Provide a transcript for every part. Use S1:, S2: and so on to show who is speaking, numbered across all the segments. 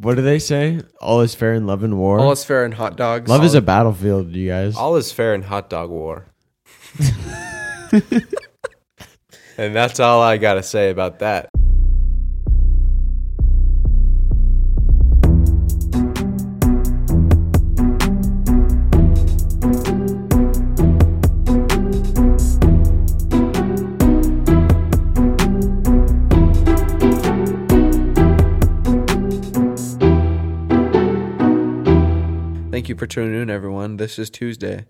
S1: What do they say? All is fair in love and war.
S2: All is fair in hot dogs.
S1: love is a battlefield, you guys.
S3: All is fair in hot dog war. and that's all I got to say about that.
S2: Thank you for tuning in, everyone. This is Tuesday,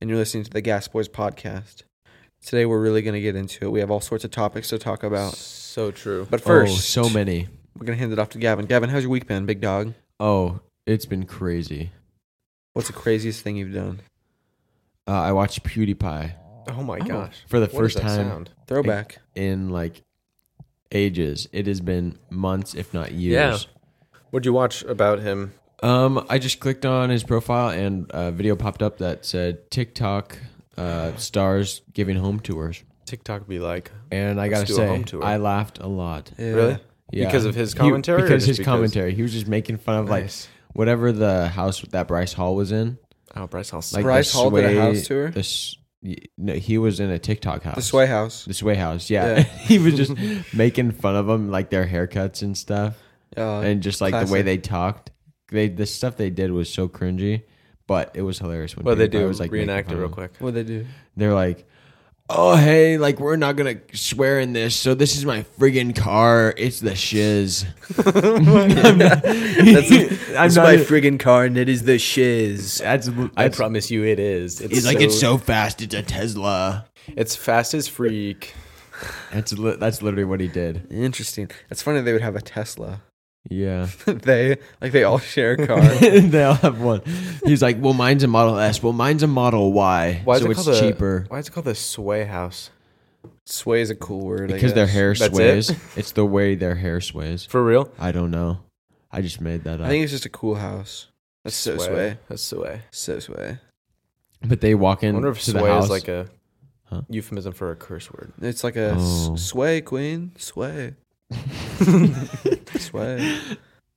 S2: and you're listening to the Gas Boys podcast. Today, we're really going to get into it. We have all sorts of topics to talk about.
S3: So true.
S2: But
S1: Oh,
S2: first,
S1: so many.
S2: we're going to hand it off to Gavin. Gavin, how's your week been, big dog?
S1: Oh, it's been crazy.
S2: What's the craziest thing you've done?
S1: Uh, I watched PewDiePie
S3: Oh my gosh.
S1: for the
S3: What
S1: first
S3: is that
S1: time
S3: sound?
S2: Throwback.
S1: in like ages. It has been months, if not
S3: Yeah.
S1: years.
S3: What'd you watch about him?
S1: Um, I just clicked on his profile and a video popped up that said TikTok uh, stars giving home tours,
S3: TikTok be like.
S1: and I
S3: Let's
S1: gotta
S3: do a
S1: say,
S3: home tour.
S1: I laughed a lot.
S2: Yeah.
S3: Really?
S1: Yeah.
S3: Because of his
S1: He-
S3: commentary? or
S1: because
S3: just
S1: his commentary, he was just making fun of like
S3: Nice.
S1: whatever the house that Bryce Hall was in.
S3: Oh, Bryce Hall.
S1: Like
S2: Bryce
S1: the
S2: Hall did a house tour?
S1: the s- y- no, he was in a TikTok house.
S2: The Sway House.
S1: The Sway house. Yeah, he was just making fun of them, like their haircuts and stuff,
S2: Uh,
S1: and just like the way
S2: classic.
S1: they talked. They the stuff they did was so cringy, but it was hilarious. When
S3: Well, they
S1: PewDiePie
S3: do.
S1: was like making
S3: reenact it
S1: fun
S3: real
S1: of 'em.
S3: quick.
S2: What'd they do?
S1: They're like. Oh hey, like we're not gonna swear in this, so this is my friggin' car. It's the shiz.
S2: That's,
S1: I'm
S2: it's
S1: not
S2: my
S1: a-
S2: friggin' car, and it is the shiz.
S1: That's,
S3: I
S1: that's
S3: promise you, it is. It's
S1: He's like, it's so fast, it's a Tesla.
S3: It's fast as freak.
S1: That's li- that's literally what he did.
S2: Interesting. It's funny they would have a Tesla.
S1: Yeah,
S2: they like they all share a car.
S1: they all have one. He's like, well, mine's a Model S. Well, mine's a Model Y.
S3: Why is
S1: so
S3: it
S1: it's
S3: called the-
S1: cheaper
S3: why is it called the Sway House?
S2: Sway is a cool word I
S1: because their
S2: guess.
S1: hair
S3: That's
S1: sways.
S3: it?
S1: it's the way their hair sways.
S3: For real?
S1: I don't know. I just made that
S2: I
S1: up.
S2: think it's just a cool house. That's so sway.
S3: That's Sway.
S2: So sway.
S1: But they walk
S3: I
S1: in
S3: wonder if
S1: to
S3: Sway
S1: the house.
S3: is like a
S1: Huh?
S3: euphemism for a curse word.
S2: It's like a s-
S1: Oh.
S2: sway queen. Sway. sway.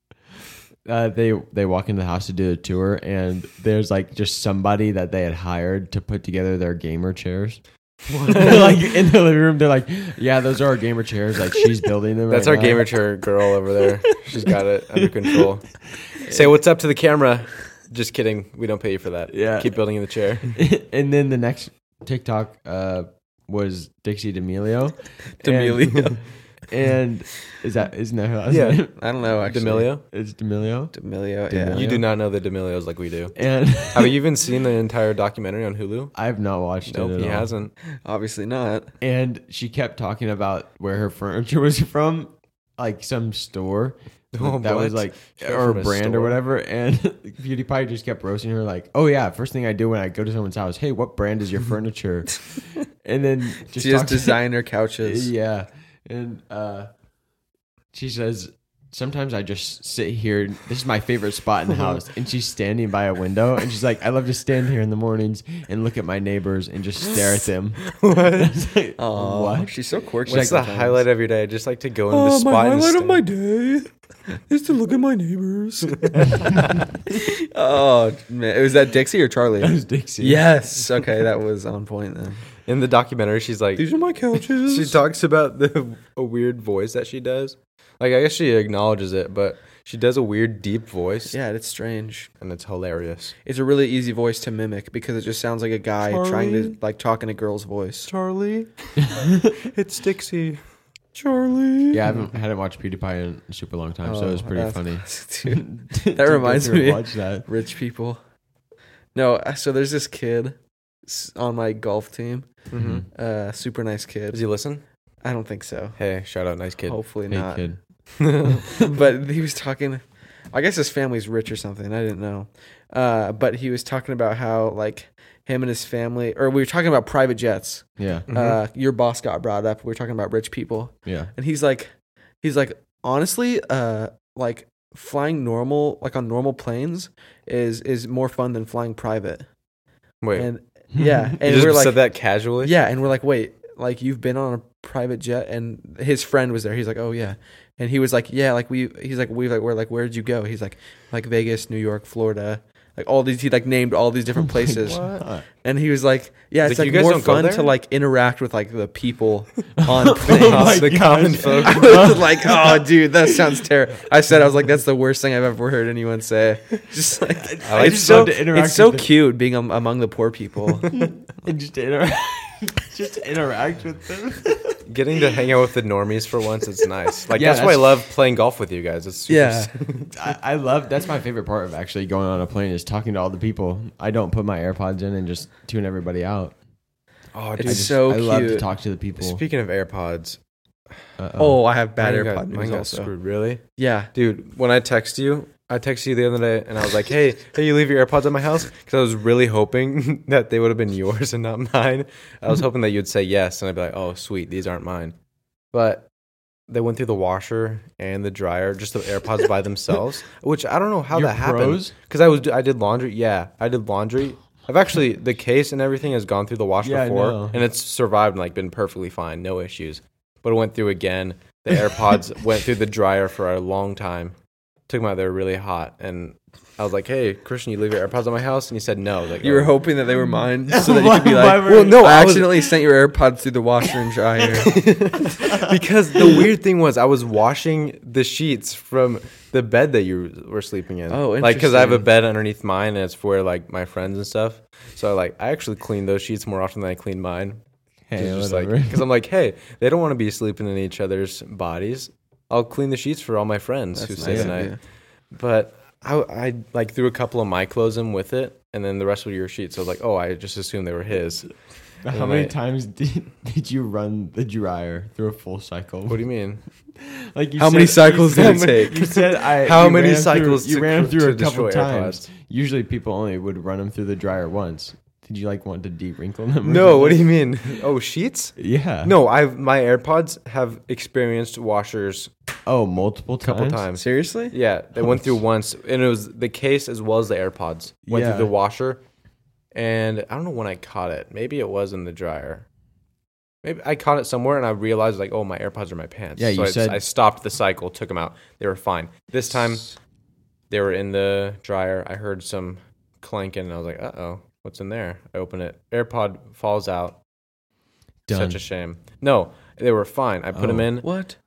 S1: uh, they they walk into the house to do a tour, and there's like just somebody that they had hired to put together their gamer chairs. like in the living room, they're like, "Yeah, those are our gamer chairs. Like she's building them.
S3: That's
S1: right
S3: our
S1: now."
S3: gamer chair girl over there. She's got it under control. Say what's up to the camera. Just kidding. We don't pay you for that.
S1: Yeah.
S3: Keep building the chair.
S1: and then the next TikTok uh, was Dixie D'Amelio.
S2: D'Amelio.
S1: And, and is that isn't that her last
S3: Yeah.
S1: name?
S2: I don't know actually.
S3: D'Amelio?
S1: It's D'Amelio.
S2: D'Amelio.
S1: D'Amelio.
S2: Yeah.
S3: You do not know the D'Amelios like we do.
S1: And
S3: Have you even seen the entire documentary on Hulu?
S1: I have not watched it.
S3: Nope,
S1: at
S3: he
S1: all.
S3: hasn't.
S2: Obviously not.
S1: And she kept talking about where her furniture was from, like some store.
S3: Oh,
S1: that was
S3: what?
S1: like
S3: Straight
S1: or
S3: from a
S1: brand
S3: store.
S1: or whatever and PewDiePie just kept roasting her like oh yeah first thing I do when I go to someone's house hey what brand is your furniture and then
S2: She has
S1: talked-
S2: designer couches.
S1: Yeah. And uh, she says, Sometimes I just sit here. This is my favorite spot in the house. And she's standing by a window. And she's like, I love to stand here in the mornings and look at my neighbors and just stare at them. what? like,
S2: Aw,
S1: what?
S2: She's so quirky.
S3: What's the
S2: sometimes.
S3: highlight of your day? Just like to go
S2: Oh,
S1: Oh,
S3: into the spot and stand-
S2: day is to look at my neighbors. oh man, was that Dixie or
S1: That
S2: Charlie?
S1: was Dixie.
S2: Yes. Okay, that was on point then.
S3: in the documentary. She's like,
S2: are my couches.
S3: she talks about the a weird voice that she does. Like I guess she acknowledges it, but she does a weird deep voice,
S2: yeah, it's strange.
S3: and it's hilarious.
S2: It's a really easy voice to mimic because it just sounds like a guy trying to
S3: Charlie?
S2: like talk in a girl's voice.
S3: Charlie, it's Dixie. Charlie.
S1: Yeah, I haven't, hadn't watched PewDiePie in a super long time, so it was
S2: Oh,
S1: pretty
S2: that's
S1: funny.
S2: classic, dude.
S1: to go
S2: reminds
S1: through and
S2: me.
S1: Watch that.
S2: Rich people. No, uh, so there's this kid s- on my golf team.
S3: Mm-hmm.
S2: Uh, super nice
S3: Does
S2: kid.
S3: he listen?
S2: I don't think so.
S3: Hey, shout out, nice kid.
S2: Hopefully
S1: Hey,
S2: not.
S1: kid.
S2: but he was talking i guess his family's rich or something i didn't know uh, but he was talking about how like him and his family or we were talking about private jets
S1: Yeah,
S2: uh, your boss got brought up we were talking about rich people
S1: yeah.
S2: and he's like he's like honestly uh, like flying normal like on normal planes is is more fun than flying private
S3: Wait, Hmm.
S2: and yeah
S3: you
S2: and
S3: just
S2: we're
S3: said
S2: like
S3: that casually.
S2: yeah, and we're like, wait, like you've been on a private jet, and his friend was there. He's like, oh yeah, and he was like, yeah, like we, he's like, we like, we're like, where'd you go? He's like, like Vegas, New York, Florida, like all these. He like named all these different places, and he was like, yeah,
S3: He's
S2: it's
S3: like,
S2: like,
S3: "You guys
S2: more
S3: don't go
S2: fun
S3: there?" Oh
S2: to like interact with like the people on things.
S1: Oh my
S3: the common folk.
S2: I was like, oh, dude, that sounds terrible. I said, I was like, that's the worst thing I've ever heard anyone say. Just like,
S1: I
S2: it's
S1: just
S2: so,
S1: love to interact
S2: it's so
S1: with the-
S2: cute being am- among the poor people.
S1: and just interact, just interact with them.
S3: Getting to hang out with the normies for once, it's nice. Like
S1: Yeah,
S3: that's, why I
S1: that's-
S3: love playing golf with you guys. It's super
S2: yeah,
S1: I, I love that's my favorite part of actually going on a plane is talking to all the people. I don't put my AirPods in and just tune everybody out.
S3: Oh,
S2: It's
S3: dude.
S1: just-
S2: so
S1: I love to
S2: cute.
S1: talk to the people.
S3: Speaking of AirPods,
S1: Uh-oh.
S2: Oh, I have bad
S3: mine
S2: AirPod
S3: got, mine
S2: news
S3: got
S2: also.
S3: screwed. Really,
S2: Yeah,
S3: dude. When I text you, I texted you the other day, and I was like, "Hey, hey, you leave your AirPods at my house?" Because I was really hoping that they would have been yours and not mine. I was hoping that you'd say yes, and I'd be like, "Oh, sweet, these aren't mine." But they went through the washer and the dryer, just the AirPods by themselves, which I don't know how
S1: You're
S3: that happened.
S1: pros?
S3: Because I was I did laundry. Yeah, I did laundry. I've actually the case and everything has gone through the washer
S1: Yeah, I
S3: before,
S1: know.
S3: and it's survived and like been perfectly fine, no issues. But it went through again. The AirPods went through the dryer for a long time. Took them out; they were really hot, and I was like, "Hey, Christian, you leave your AirPods at my house?" And he said, "No." I was Like
S2: you were
S3: "Oh."
S2: hoping that they were mine, so that you
S1: Why-
S2: could be
S1: why
S2: like,
S1: were-
S2: well, no, I,
S3: I was-
S2: accidentally sent your AirPods through the washer and dryer.
S3: because the weird thing was I was washing the sheets from the bed that you were sleeping in.
S2: Oh,
S3: Like because I have a
S2: interesting.
S3: bed underneath mine, and it's for like my friends and stuff. So like I actually clean those sheets more often than I clean mine.
S1: hey,
S3: Because
S1: whatever.
S3: I'm like, hey, they don't want to be sleeping in each other's bodies. I'll clean the sheets for all my friends who
S2: That's
S3: stay
S2: nice
S3: the night.
S2: of
S3: But I, I like threw a couple of my clothes in with it, and then the rest were your sheets. So I was like, oh, I just assumed they were his.
S1: How
S3: I'm
S1: many
S3: like- oh,
S1: times did, did you run the dryer through a full cycle?
S3: What do you mean?
S1: Like you
S2: How many
S1: you
S2: cycles did it
S1: said-
S2: take?
S1: You said I.
S3: How
S1: you
S3: many
S1: ran 'em
S3: cycles
S1: Through, you
S3: to
S1: ran them
S3: cr-
S1: through a
S3: to
S1: couple
S3: destroy
S1: times. Usually, people only would run them through the dryer once. Did you like want to de wrinkle them? or
S3: No, what do
S1: something?
S3: you mean? Oh, sheets?
S1: Yeah.
S3: No, I've my AirPods have experienced washers
S1: Oh, multiple
S3: a couple
S1: times.
S2: you.
S3: times.
S2: Seriously?
S3: Yeah, they went through once, and it was the case as well as the AirPods went
S1: Yeah.
S3: through the washer, and I don't know when I caught it. Maybe it was in the dryer. Maybe I caught it somewhere, and I realized like, oh, my AirPods are in my pants.
S1: Yeah,
S3: so
S1: you
S3: I,
S1: said-
S3: I stopped the cycle, took them out. They were fine. This time, they were in the dryer. I heard some clanking, and I was like, uh oh, what's in there? I open it. AirPod falls out.
S1: Done.
S3: Such a shame. No, they were fine. I put them
S1: Oh.
S3: in
S2: What?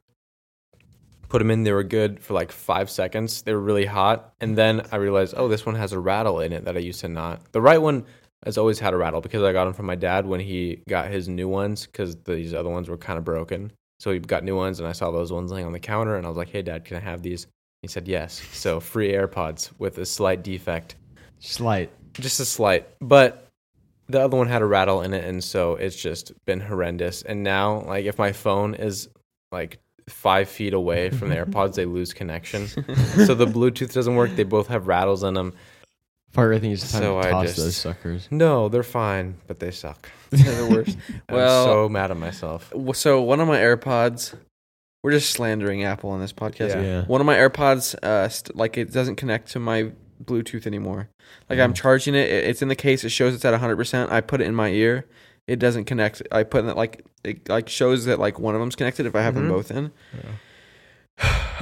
S3: put them in. They were good for like five seconds. They were really hot, and then I realized, oh, this one has a rattle in it that I used to not. The right one has always had a rattle because I got them from my dad when he got his new ones because these other ones were kind of broken. So he got new ones, and I saw those ones laying on the counter, and I was like, hey, dad, can I have these? He said yes. So free AirPods with a slight defect,
S1: slight.
S3: just a slight, but. The other one had a rattle in it, and so it's just been horrendous. And now, like, if my phone is like five feet away from the AirPods, they lose connection. so the Bluetooth doesn't work. They both have rattles in them.
S1: Part I think it's time
S3: So
S1: to
S3: I
S1: toss
S3: just-
S1: those suckers.
S3: No, they're fine, but they suck.
S2: They're the worst.
S3: I'm
S2: well,
S3: so mad at myself.
S2: so one of my AirPods. We're just slandering Apple on this podcast.
S3: Yeah.
S1: Yeah.
S2: One of my AirPods, uh, st- like it doesn't connect to my Bluetooth anymore. Like
S1: Mm.
S2: I'm charging it, it- it's in the case. It shows it's at 100. percent I put it in my ear, it doesn't connect. I put it like it like shows that like one of them's connected if I have
S3: Mhm.
S2: them
S1: Mm-hmm.
S2: both in.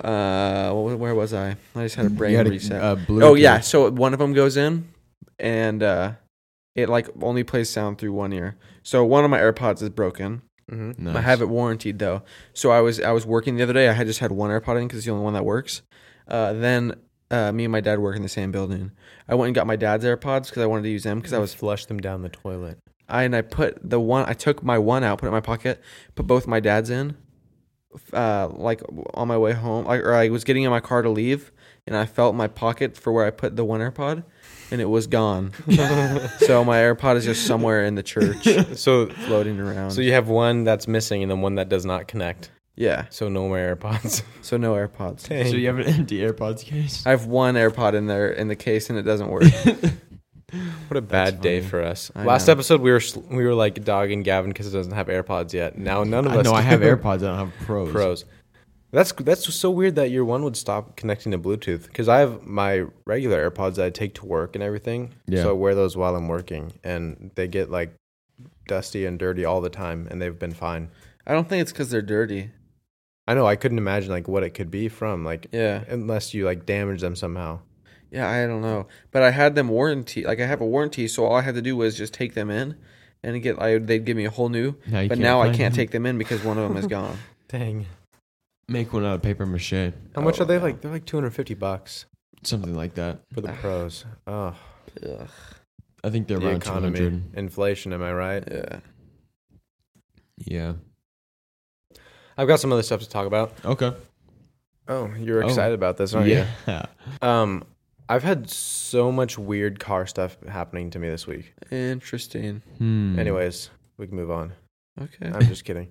S2: Uh, what, where was I? I just had a brain
S1: You had a,
S2: reset.
S1: uh, Bluetooth.
S2: oh yeah, so one of them goes in, and uh, it like only plays sound through one ear. So one of my AirPods is broken.
S3: hmm
S1: Nice.
S2: I have it warranted though. So I was I was working the other day. I had just had one AirPod in because it's the only one that works. Uh, then uh, me and my dad work in the same building. I went and got my dad's AirPods because I wanted to use them because I was
S3: flushed them down the toilet.
S2: I and I put the one I took my one out, put it in my pocket, put both my dad's in. f- Uh, like on my way home, like, or I was getting in my car to leave, and I felt my pocket for where I put the one AirPod, and it was gone. so my AirPod is just somewhere in the church,
S3: So,
S2: floating around.
S3: so you have one that's missing and then one that does not connect.
S2: yeah,
S3: So no more AirPods.
S2: so no AirPods.
S1: So you have an empty AirPods case.
S2: I have one AirPod in there in the case, and it doesn't work.
S3: what a bad day for us.
S2: I
S3: Last
S2: know.
S3: episode we were sl- we were like dogging Gavin because he doesn't have AirPods yet. Now none of
S1: I
S3: us.
S1: know I
S3: do.
S1: have AirPods. I don't have Pros.
S3: Pros. That's that's so weird that your one would stop connecting to Bluetooth because I have my regular AirPods that I take to work and everything.
S1: Yeah.
S3: So I wear those while I'm working, and they get like dusty and dirty all the time, and they've been fine.
S2: I don't think it's because they're dirty.
S3: I know I couldn't imagine like what it could be from like
S2: Yeah.
S3: unless you like damage them somehow.
S2: Yeah, I don't know. But I had them warranty. Like I have a warranty, so all I had to do was just take them in and get I they'd give me a whole new.
S1: Now you
S2: but
S1: can't
S2: now I
S1: find
S2: can't
S1: them.
S2: take them in because one of them is gone.
S3: Dang.
S1: Make one out of paper mache,
S3: How much
S2: Oh,
S3: are they
S2: yeah.
S3: like? They're like 250 bucks
S1: something like that.
S3: for the pros. Oh,
S2: Ugh,
S1: I think they're
S3: the
S1: around two hundred.
S3: economy, inflation. Am I right?
S2: yeah.
S1: Yeah.
S3: I've got some other stuff to talk about.
S1: Okay.
S3: Oh, you're
S1: Oh.
S3: excited about this, aren't
S1: yeah.
S3: you? Um, I've had so much weird car stuff happening to me this week.
S2: Interesting.
S1: Hmm.
S3: Anyways, we can move on.
S2: Okay.
S3: I'm just kidding.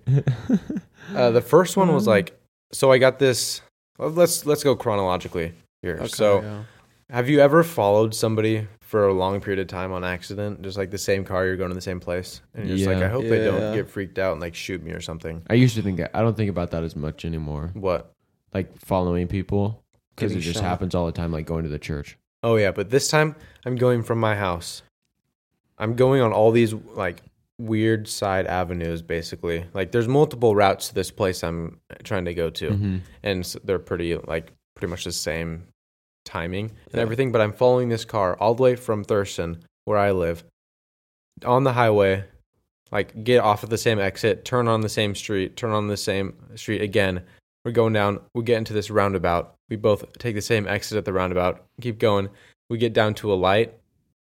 S3: Uh, the first one was like, so I got this. well, Let's let's go chronologically here.
S2: Okay,
S3: so.
S2: yeah.
S3: Have you ever followed somebody for a long period of time on accident? Just like the same car, you're going to the same place. And you're just like,
S1: Yeah.
S3: I hope they don't
S2: Yeah.
S3: get freaked out and like shoot me or something.
S1: I used to think that. I don't think about that as much anymore.
S3: What?
S1: Like following people because
S2: Getting
S1: it just
S2: shot.
S1: happens all the time. Like going to the church.
S3: Oh, yeah. But this time I'm going from my house. I'm going on all these like weird side avenues, basically. Like there's multiple routes to this place I'm trying to go to.
S1: Mhm.
S3: and s they're pretty like pretty much the same timing and
S2: Yeah.
S3: everything but i'm following this car all the way from thurston where i live on the highway like get off at the same exit turn on the same street turn on the same street again we're going down we get into this roundabout we both take the same exit at the roundabout keep going we get down to a light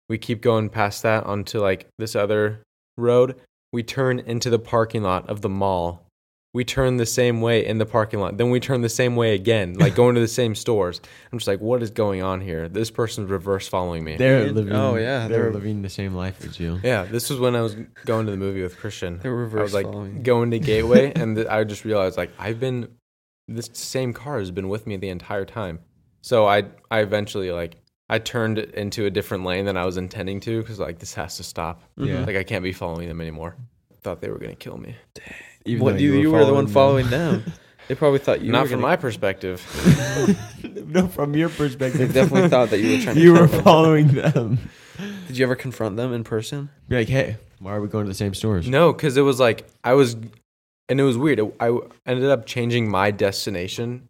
S3: we keep going past that onto like this other road we turn into the parking lot of the mall we turn the same way in the parking lot. Then we turn the same way again, like going to the same stores. I'm just like, what is going on here? This person's reverse following me.
S1: They're
S2: It-
S1: living.
S2: oh, yeah,
S1: They're,
S2: they're-
S1: living the same life as you.
S3: yeah, this was when I was going to the movie with Christian.
S2: They're
S3: I was
S2: reverse
S3: like
S2: following.
S3: going to Gateway, and th- I just realized like I've been this same car has been with me the entire time. So I I eventually like I turned into a different lane than I was intending to because like this has to stop.
S2: Mm-hmm.
S1: Yeah.
S3: like I can't be following them anymore. Thought they were gonna kill me.
S1: Even
S2: What
S1: though
S2: you, you were the one
S1: them.
S2: following them. They probably thought you
S3: Not
S2: were
S3: from
S2: gonna-
S3: my perspective.
S1: no, from your
S2: They
S1: perspective,
S2: definitely thought that you were trying. to
S1: you were
S2: kill them.
S1: following them.
S2: Did you ever confront them in person?
S1: You're like, hey, why are we going to the same stores?
S3: No, because it was like I was, and it was weird. I ended up changing my destination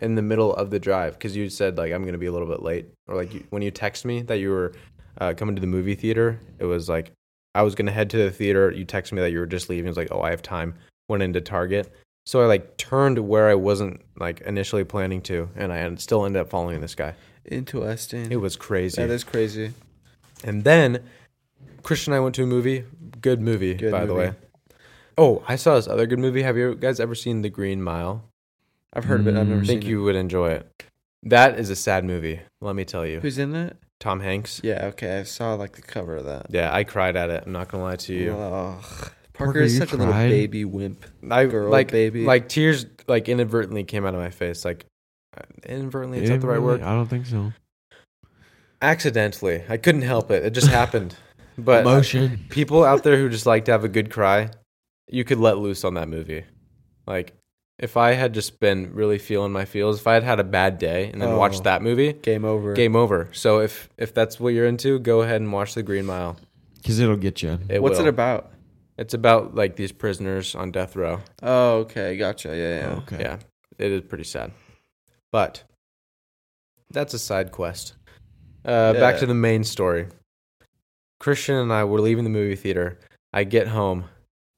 S3: in the middle of the drive because you said like I'm gonna be a little bit late, or like you, when you text me that you were uh, coming to the movie theater, it was like I was gonna head to the theater. You text me that you were just leaving. It's like oh I have time. Went into Target, so I like turned where I wasn't like initially planning to, and I en- still ended up following this guy.
S2: Interesting.
S3: It was crazy.
S2: that is crazy.
S3: And then Christian and I went to a movie. Good movie,
S2: Good
S3: by the
S2: movie.
S3: way. Oh, I saw this other good movie. Have you guys ever seen The Green Mile?
S2: I've heard of it. I've never
S1: Mm.
S3: I
S2: seen
S3: think you would enjoy it. That is a sad movie, let me tell
S2: it.
S3: you.
S2: Who's in that?
S3: Tom Hanks.
S2: Yeah. Okay. I saw like the cover of that.
S3: Yeah, I cried at it. I'm not gonna lie to you.
S2: Ugh. Parker,
S1: Parker,
S2: is
S1: you
S2: such a little
S1: cried?
S2: baby wimp.
S3: I
S2: Girl,
S3: like
S2: baby.
S3: like tears like inadvertently came out of my face. Like inadvertently, is that the right
S1: Really?
S3: word?
S1: I don't think so.
S3: Accidentally. I couldn't help it. It just happened. But
S1: Emotion.
S3: people out there who just like to have a good cry, you could let loose on that movie. Like, if I had just been really feeling my feels, if I had had a bad day and then watched
S2: Oh.
S3: that movie,
S2: Game over.
S3: game over. So if if that's what you're into, go ahead and watch The Green Mile.
S1: Because it'll get you.
S3: It
S2: What's
S3: will.
S2: it about?
S3: It's about like these prisoners on death row.
S2: Oh, okay. Gotcha. Yeah. Yeah.
S1: Okay.
S3: Yeah, it is pretty sad. But that's a side quest. Uh, Back
S2: Yeah.
S3: to the main story. Christian and I were leaving the movie theater. I get home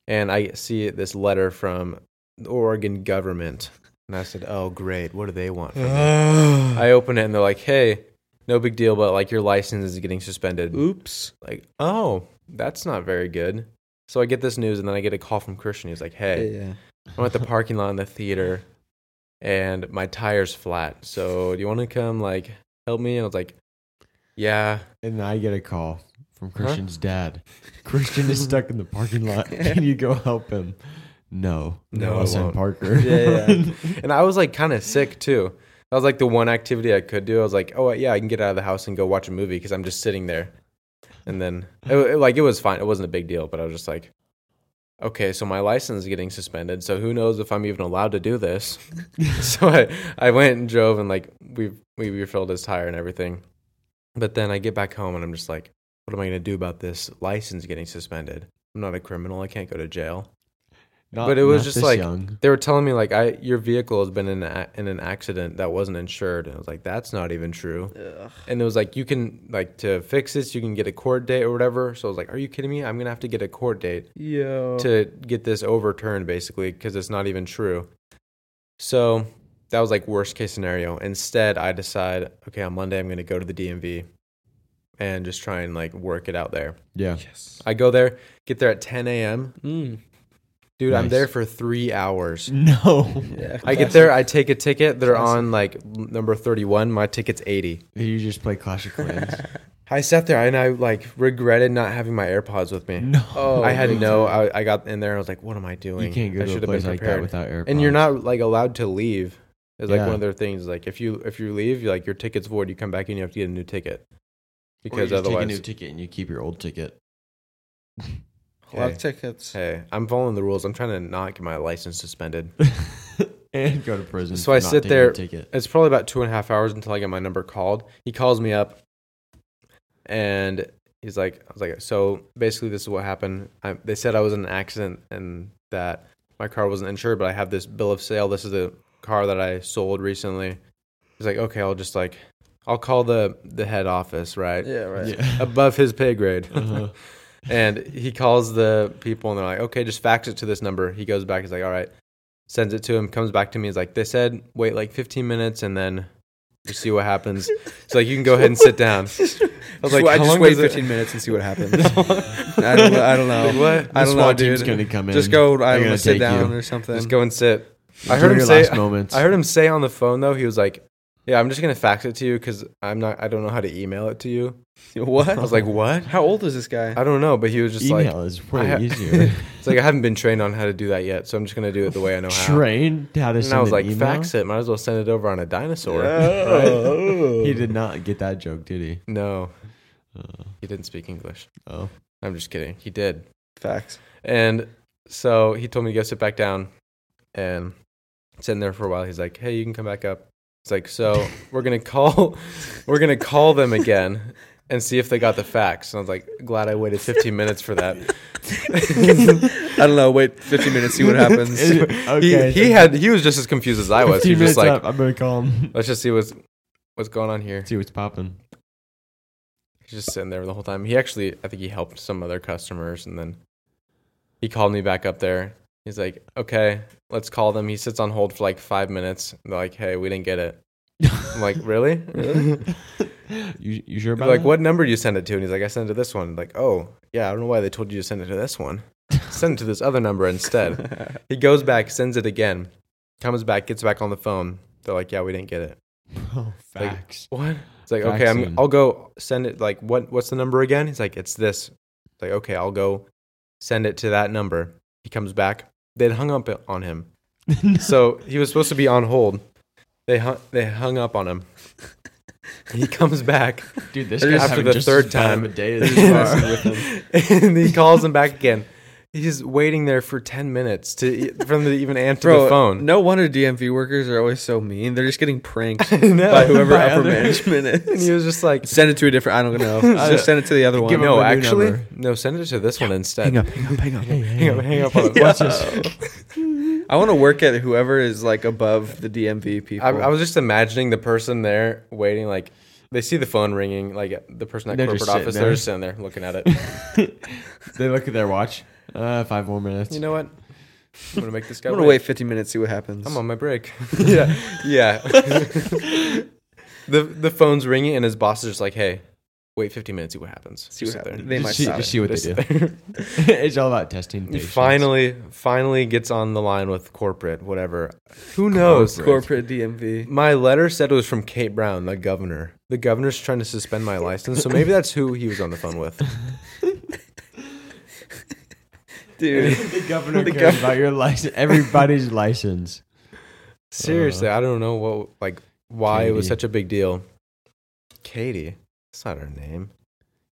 S3: and I see this letter from the Oregon government. And I said, Oh, great. What do they want from me? I open it and they're like, Hey, no big deal, but like your license is getting suspended
S2: Oops.
S3: like, oh, that's not very good. So I get this news, and then I get a call from Christian. He's like, hey,
S2: Yeah.
S3: I'm at the parking lot in the theater, and my tire's flat. So do you want to come, like, help me? And I was like, yeah.
S1: And I get a call from Christian's dad. Christian is stuck in the parking lot. Can you go help him? No.
S3: No, I
S1: I'll send
S3: won't.
S1: Parker.
S2: Yeah, yeah.
S3: And I was like, kind of sick too. That was like the one activity I could do. I was like, oh, yeah, I can get out of the house and go watch a movie because I'm just sitting there. And then, it, it- like, it was fine. It wasn't a big deal, but I was just like, okay, so my license is getting suspended. So who knows if I'm even allowed to do this? so I, I went and drove and like we we refilled his tire and everything. But then I get back home and I'm just like, what am I gonna do about this license getting suspended? I'm not a criminal. I can't go to jail.
S1: Not-
S3: but it was
S1: not
S3: just
S1: this
S3: like
S1: young.
S3: they were telling me like I your vehicle has been in a, in an accident that wasn't insured and I was like that's not even true. And it was like you can like to fix this you can get a court date or whatever. So I was like are you kidding me? I'm going to have to get a court date
S2: Yo.
S3: to get this overturned basically because it's not even true. So that was like worst case scenario. Instead, I decide okay, on Monday I'm going to go to the DMV and just try and like work it out there.
S1: Yeah.
S2: Yes.
S3: I go there, get there at 10 a.m.
S2: Mm.
S3: Dude, I'm
S1: Nice.
S3: there for three hours.
S1: No.
S2: Yeah.
S3: I get there, I take a ticket. They're on like number 31. My ticket's 80.
S1: You just play Clash of Clans.
S3: I sat there and I like regretted not having my AirPods with me.
S1: no.
S2: Oh,
S3: I had
S2: big
S3: no. I, I got in there. and I was like, "What am I doing?
S1: You can't
S3: I
S1: go to a
S3: should've
S1: place like that
S3: prepared."
S1: without AirPods.
S3: And you're not like allowed to leave. It's like
S1: Yeah.
S3: one of their things. Like if you if you leave, you like your ticket's void. You come back and you have to get a new ticket
S1: Or you
S3: because
S1: just
S3: otherwise,
S1: take a new ticket and you keep your old ticket.
S2: A lot
S3: Hey.
S2: of tickets.
S3: hey, I'm following the rules. I'm trying to not get my license suspended.
S1: and go to prison.
S3: So
S1: for
S3: I
S1: not
S3: sit
S1: taking
S3: there-
S1: your Ticket.
S3: It's probably about two and a half hours until I get my number called. He calls me up, and he's like, "I was like, so basically, this is what happened. I, they said I was in an accident and that my car wasn't insured, but I have this bill of sale. This is the car that I sold recently." He's like, "Okay, I'll just like, I'll call the the head office, right?
S2: Yeah, right.
S1: Yeah.
S3: Above his pay grade."
S1: Uh-huh.
S3: And he calls the people and they're like, okay, just fax it to this number. He goes back, he's like, all right, sends it to him, comes back to me. He's like, they said wait like 15 minutes and then you see what happens. So like, you can go ahead and sit down. I was like,
S2: Well, I
S3: how
S2: just
S3: long
S2: wait
S3: does it-
S2: 15 minutes and see what happens. I don't, I don't know.
S3: Like, what?
S2: I
S1: The
S2: don't know,
S1: SWAT team's
S2: dude.
S1: gonna come in.
S2: Just go. I
S1: They're
S2: don't
S1: gonna
S2: know. Sit
S1: take
S2: down
S1: you.
S2: or something.
S3: Just go and sit. I
S1: Enjoy
S3: heard him
S1: your
S3: say-
S1: last moments.
S3: I heard him say on the phone though, he was like, yeah, I'm just going to fax it to you because I'm not, I don't know how to email it to you.
S2: What?
S3: I was like, what?
S2: How old is this guy?
S3: I don't know. But he was just like,
S1: Email is way
S3: I ha-
S1: easier.
S3: it's like, I haven't been trained on how to do that yet. So I'm just going to do it the way I know how.
S1: Trained how to
S3: And
S1: send
S3: I was
S1: an
S3: like,
S1: email?
S3: fax it. Might as well send it over on a dinosaur.
S1: He did not get that joke, did he?
S3: No,
S1: Uh,
S3: he didn't speak English.
S1: oh,
S3: I'm just kidding. He did.
S2: Facts.
S3: And so he told me to go sit back down and sitting there for a while. He's like, hey, you can come back up. It's like, so we're going to call, we're going to call them again and see if they got the facts. And I was like, glad I waited 15 minutes for that.
S2: I don't know. Wait 15 minutes, see what happens.
S1: It- okay,
S3: he, he had, he was just as confused as I was. He
S1: 15
S3: was
S1: minutes
S3: just like,
S1: up. I'm gonna call him.
S3: let's just see what's, what's going on here.
S1: See what's popping.
S3: He's just sitting there the whole time. He actually, I think he helped some other customers, and then he called me back up there. He's like, "Okay, let's call them." He sits on hold for like five minutes. They're like, "Hey, we didn't get it." I'm like, "Really?"
S2: Really?
S1: You, you sure
S3: They're
S1: about
S3: like,
S1: that?
S3: "What number do you send it to?" And he's like, "I sent it to this one." Like, "Oh, yeah, I don't know why they told you to send it to this one. Send it to this other number instead." He goes back, sends it again, comes back, gets back on the phone. They're like, "Yeah, we didn't get it."
S1: Oh,
S3: Like-
S1: facts.
S3: What? It's like, okay, I'm,
S1: Faxing.
S3: I'll go send it. Like, what? What's the number again? He's like, it's this. It's like, okay, I'll go send it to that number. He comes back. They'd hung up on him, so he was supposed to be on hold. They hung, they hung up on him. He comes back
S1: Dude, this
S2: They're
S1: guy's
S2: just-
S1: having
S3: after the
S1: just
S3: third
S1: as bad of
S3: time.
S1: a day as you are.
S3: and he calls him back again. He's waiting there for ten minutes to e, for them to even answer
S2: Bro,
S3: the phone.
S2: no wonder DMV workers are always so mean. They're just getting pranked
S3: No,
S2: by whoever
S1: by
S2: upper
S1: other-
S2: management
S3: and
S2: is.
S3: he was just like,
S2: Send it to a different. I don't know. Just send it to the other one.
S1: Give him
S3: no,
S1: a new
S3: actually,
S1: number.
S3: no. Send it to this one instead.
S2: hang up, hang up, hang up.
S3: Hang up, hang up on it.
S1: Watch this.
S2: I want to work at whoever is like above the DMV people.
S3: I, I was just imagining the person there waiting, like they see the phone ringing, like the person at
S1: They're just
S3: corporate
S1: sitting
S3: office,
S1: there.
S3: they're just sitting there looking at it.
S1: They look at their watch. Uh, five more minutes.
S3: you know what? I'm gonna make this guy.
S2: I'm gonna wait 15 minutes, see what happens.
S3: I'm on my break. yeah, yeah. the the phone's ringing, and his boss is just like, "Hey, wait 15 minutes, see what happens.
S2: See what
S3: Sit there.
S2: happens. They
S1: Just
S2: might
S1: see-
S2: stop.
S1: just see what they
S3: Just
S1: do.
S3: sit there.
S1: it's all about testing.
S3: He
S1: Patience.
S3: finally, finally gets on the line with corporate, whatever. Who knows?
S2: Corporate DMV.
S3: My letter said it was from Kate Brown, the governor. The governor's trying to suspend my license, so maybe that's who he was on the phone with.
S2: Dude,
S1: the governor
S2: The
S1: cares
S2: gov-
S1: about your license. Everybody's license.
S3: Seriously, I don't know what like why it was
S1: Katie.
S3: such a big deal. Katie, that's not her name.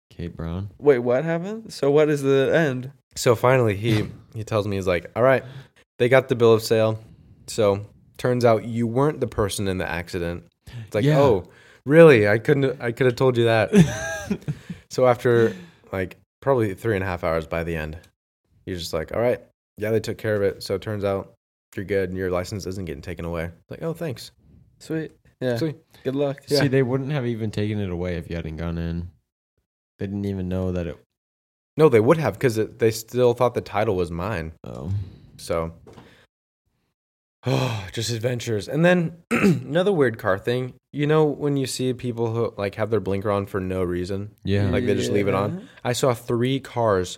S1: Kate Brown.
S2: wait, what happened? So what is the end?
S3: So finally, he he tells me he's like, "All right, they got the bill of sale. So turns out you weren't the person in the accident." It's like,
S1: Yeah.
S3: "Oh, really? I couldn't. I could have told you that." so after like probably three and a half hours by the end, you're just like, "All right, yeah, they took care of it. So it turns out you're good and your license isn't getting taken away. It's like, oh, thanks.
S2: Sweet. Yeah.
S3: Sweet.
S2: Good luck.
S1: See, they wouldn't have even taken it away if you hadn't gone in. They didn't even know that it.
S3: No, they would have because they still thought the title was mine.
S1: Oh,
S3: So, oh, just adventures. And then another weird car thing. You know when you see people who like have their blinker on for no reason,
S1: yeah.
S3: like they just leave it on. I saw three cars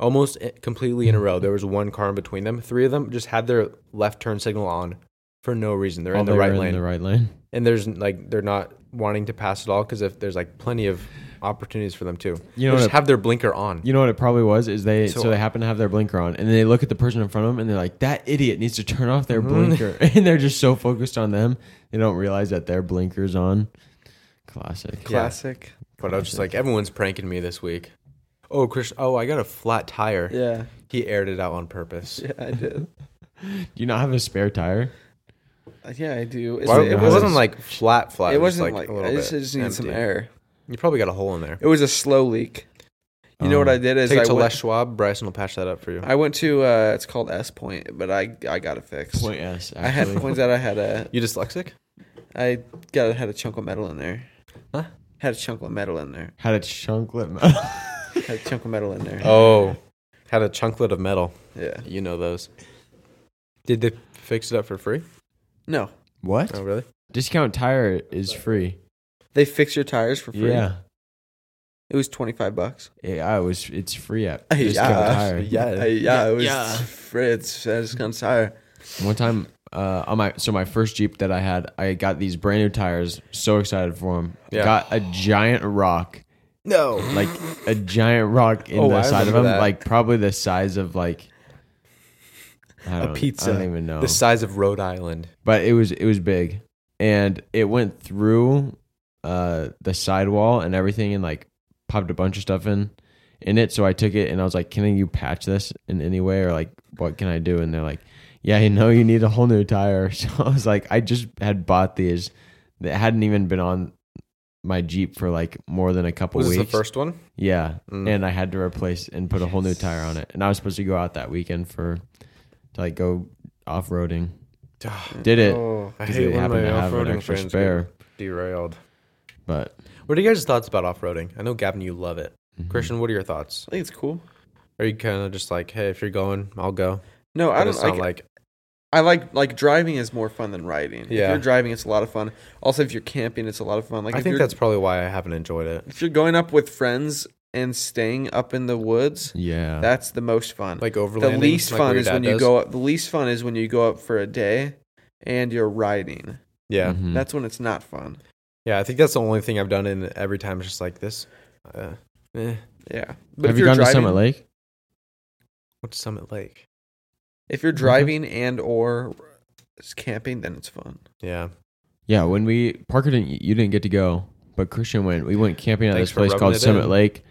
S3: almost i- completely in a row. There was one car in between them. Three of them just had their left turn signal on for no reason. They're
S2: Oh,
S1: While
S3: in the
S1: Oh, they were
S3: right lane.
S1: In the right lane.
S3: and there's like they're not wanting to pass at all because if there's like plenty of opportunities for them too.
S1: You know
S3: They just
S1: what-
S3: have their blinker on.
S1: You know what it probably was is they so,
S3: So-
S1: they happen to have their blinker on and they look at the person in front of them and they're like that idiot needs to turn off their
S3: Mm-hmm.
S1: blinker and they're just so focused on them they don't realize that their blinker's on. Classic.
S2: Classic.
S3: But I was just like, everyone's pranking me this week. Oh, Chris! Oh, I got a flat tire.
S2: Yeah.
S3: He aired it out on purpose.
S2: Yeah, I did.
S1: Do you not have a spare tire?
S2: Yeah, I do. It's,
S3: Why-
S2: it,
S3: it
S2: wasn't,
S3: wasn't like flat, flat.
S2: it wasn't like,
S3: a little
S2: I just,
S3: bit
S2: I just needed some
S3: empty.
S2: air.
S3: You probably got a hole in there.
S2: It was a slow leak. You know
S1: Oh.
S2: what I did is
S3: Take
S2: I
S3: it to
S2: went,
S3: Les Schwab. Bryson will patch that up for you.
S2: I went to uh, it's called S Point, but I I got it fixed.
S1: Point S.
S2: I had
S1: actually.
S2: points out. I had a
S3: You dyslexic?
S2: I got had a chunk of metal in there.
S3: Huh?
S2: Had a chunk of metal in there.
S1: had a chunklet.
S2: Had a chunk of metal in there.
S3: Oh, had a chunklet of metal.
S2: yeah.
S3: You know those. Did they fix it up for free?
S2: No,
S1: what?
S3: Oh, really?
S1: Discount tire is free.
S2: they fix your tires for free.
S1: Yeah.
S2: It was twenty five bucks.
S1: Yeah, I was. It's free at
S2: Yeah.
S1: Discount Tire.
S2: Yeah, yeah, it was Fritz. I just got tire.
S1: One time, uh, on my so my first Jeep that I had, I got these brand new tires. So excited for them.
S3: Yeah.
S1: Got a giant rock,
S3: No.
S1: like a giant rock in
S3: Oh,
S1: the
S3: I
S1: side of
S3: remember
S1: them,
S3: that.
S1: like probably the size of like I don't, I don't even know.
S3: The size of Rhode Island.
S1: but it was it was big, and it went through uh, the sidewall and everything, and like popped a bunch of stuff in in it. So I took it and I was like, "Can you patch this in any way, or like what can I do?" And they're like, "Yeah, you know, you need a whole new tire." So I was like, "I just had bought these that hadn't even been on." My Jeep for like more than a couple
S3: Was this
S1: weeks.
S3: the first one?
S1: Yeah,
S3: Mm.
S1: and I had to replace and put a whole new tire on it. And I was supposed to go out that weekend for to like go off roading. Did it?
S3: Oh, I
S1: 'Cause
S3: hate
S1: they
S3: when
S1: happen
S3: my
S1: to have an
S3: off-roading
S1: extra
S3: friends
S1: spare.
S3: get derailed.
S1: But
S3: What are you guys' thoughts about off-roading? I know Gavin, you love it.
S1: Mm-hmm.
S3: Christian, what are your thoughts?
S2: I think it's cool.
S3: Are you kind of just like, hey, if you're going, I'll go?
S2: No, I
S3: But
S2: don't
S3: it's not
S2: like,
S3: like,
S2: I like like driving is more fun than riding.
S3: Yeah.
S2: If you're driving, it's a lot of fun. Also, if you're camping, it's a lot of fun. Like
S3: I
S2: if
S3: think
S2: you're-
S3: that's probably why I haven't enjoyed it.
S2: if you're going up with friends and staying up in the woods,
S1: yeah,
S2: that's the most fun.
S3: Like
S2: the
S3: overlanding.
S2: least
S3: like what
S2: fun
S3: your
S2: is
S3: dad
S2: when you
S3: does.
S2: go up. The least fun is when you go up for a day and you're riding.
S3: Yeah,
S1: Mhm.
S2: That's when it's not fun.
S3: yeah. I think that's the only thing I've done. And every time it's just like this. Uh, eh.
S2: Yeah.
S1: have you gone to Summit Lake?
S3: What's Summit Lake?
S2: If
S1: Mm-hmm.
S2: you're driving and or s- camping, then it's fun.
S3: Yeah.
S1: Yeah, when we Parker didn't, you didn't get to go, but Christian went. We went camping at
S3: Thanks
S1: this
S3: for
S1: place
S3: rubbing
S1: called
S3: it
S1: Summit
S3: in.
S1: Lake,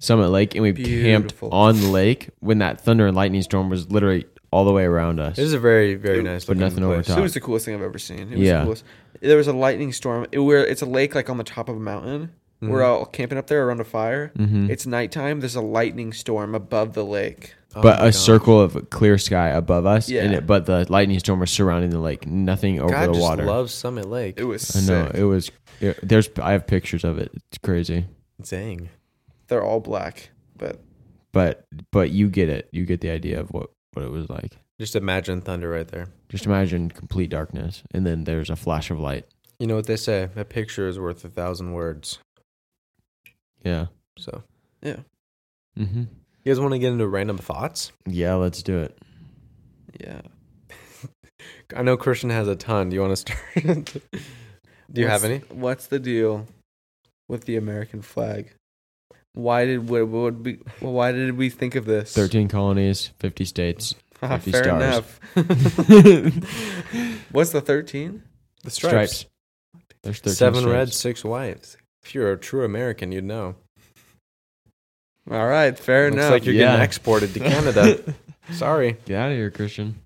S1: Summit Lake, and we
S2: Beautiful.
S1: camped on the lake when that thunder and lightning storm was literally all the way around us.
S3: It is a very, very
S2: It-
S3: nice
S1: but
S3: looking
S1: nothing over
S3: place.
S1: top.
S2: It was the coolest thing I've ever seen. It was
S1: Yeah.
S2: the coolest. There was a lightning storm. It, where it's a lake like on the top of a mountain.
S1: Mm-hmm.
S2: We're all camping up there around a fire.
S1: Mhm.
S2: It's nighttime. There's a lightning storm above the lake.
S3: Oh
S1: but
S3: my
S1: a
S3: gosh.
S1: circle of clear sky above us,
S2: Yeah.
S1: and it, but the lightning storm was surrounding the lake. Nothing over
S3: God
S1: the
S3: just
S1: water.
S3: loves Summit Lake.
S2: It was
S1: I
S2: sick.
S1: know it was. It, there's I have pictures of it. It's crazy,
S3: Dang.
S2: They're all black, but
S1: but but you get it. You get the idea of what what it was like.
S3: Just imagine thunder right there.
S1: Just imagine complete darkness, and then there's a flash of light.
S3: You know what they say? A picture is worth a thousand words.
S1: Yeah.
S3: So
S1: Mm-hmm.
S3: you guys want to get into random thoughts?
S1: Yeah, let's do it.
S2: yeah.
S3: I know Christian has a ton. Do you want to start? Do you have any?
S2: What's the deal with the American flag? Why did what would we? Well, why did we think of this?
S1: Thirteen colonies, fifty states.
S2: Ah,
S1: 50
S2: fair
S1: stars.
S2: enough. What's the thirteen?
S3: The
S1: Stripes. There's 13
S3: Seven
S1: stripes.
S3: red, six white. If you're a true American, you'd know.
S2: All right, fair
S3: Looks
S2: enough.
S3: like you're
S1: Yeah.
S3: getting exported to Canada. Sorry.
S1: Get out of here, Christian.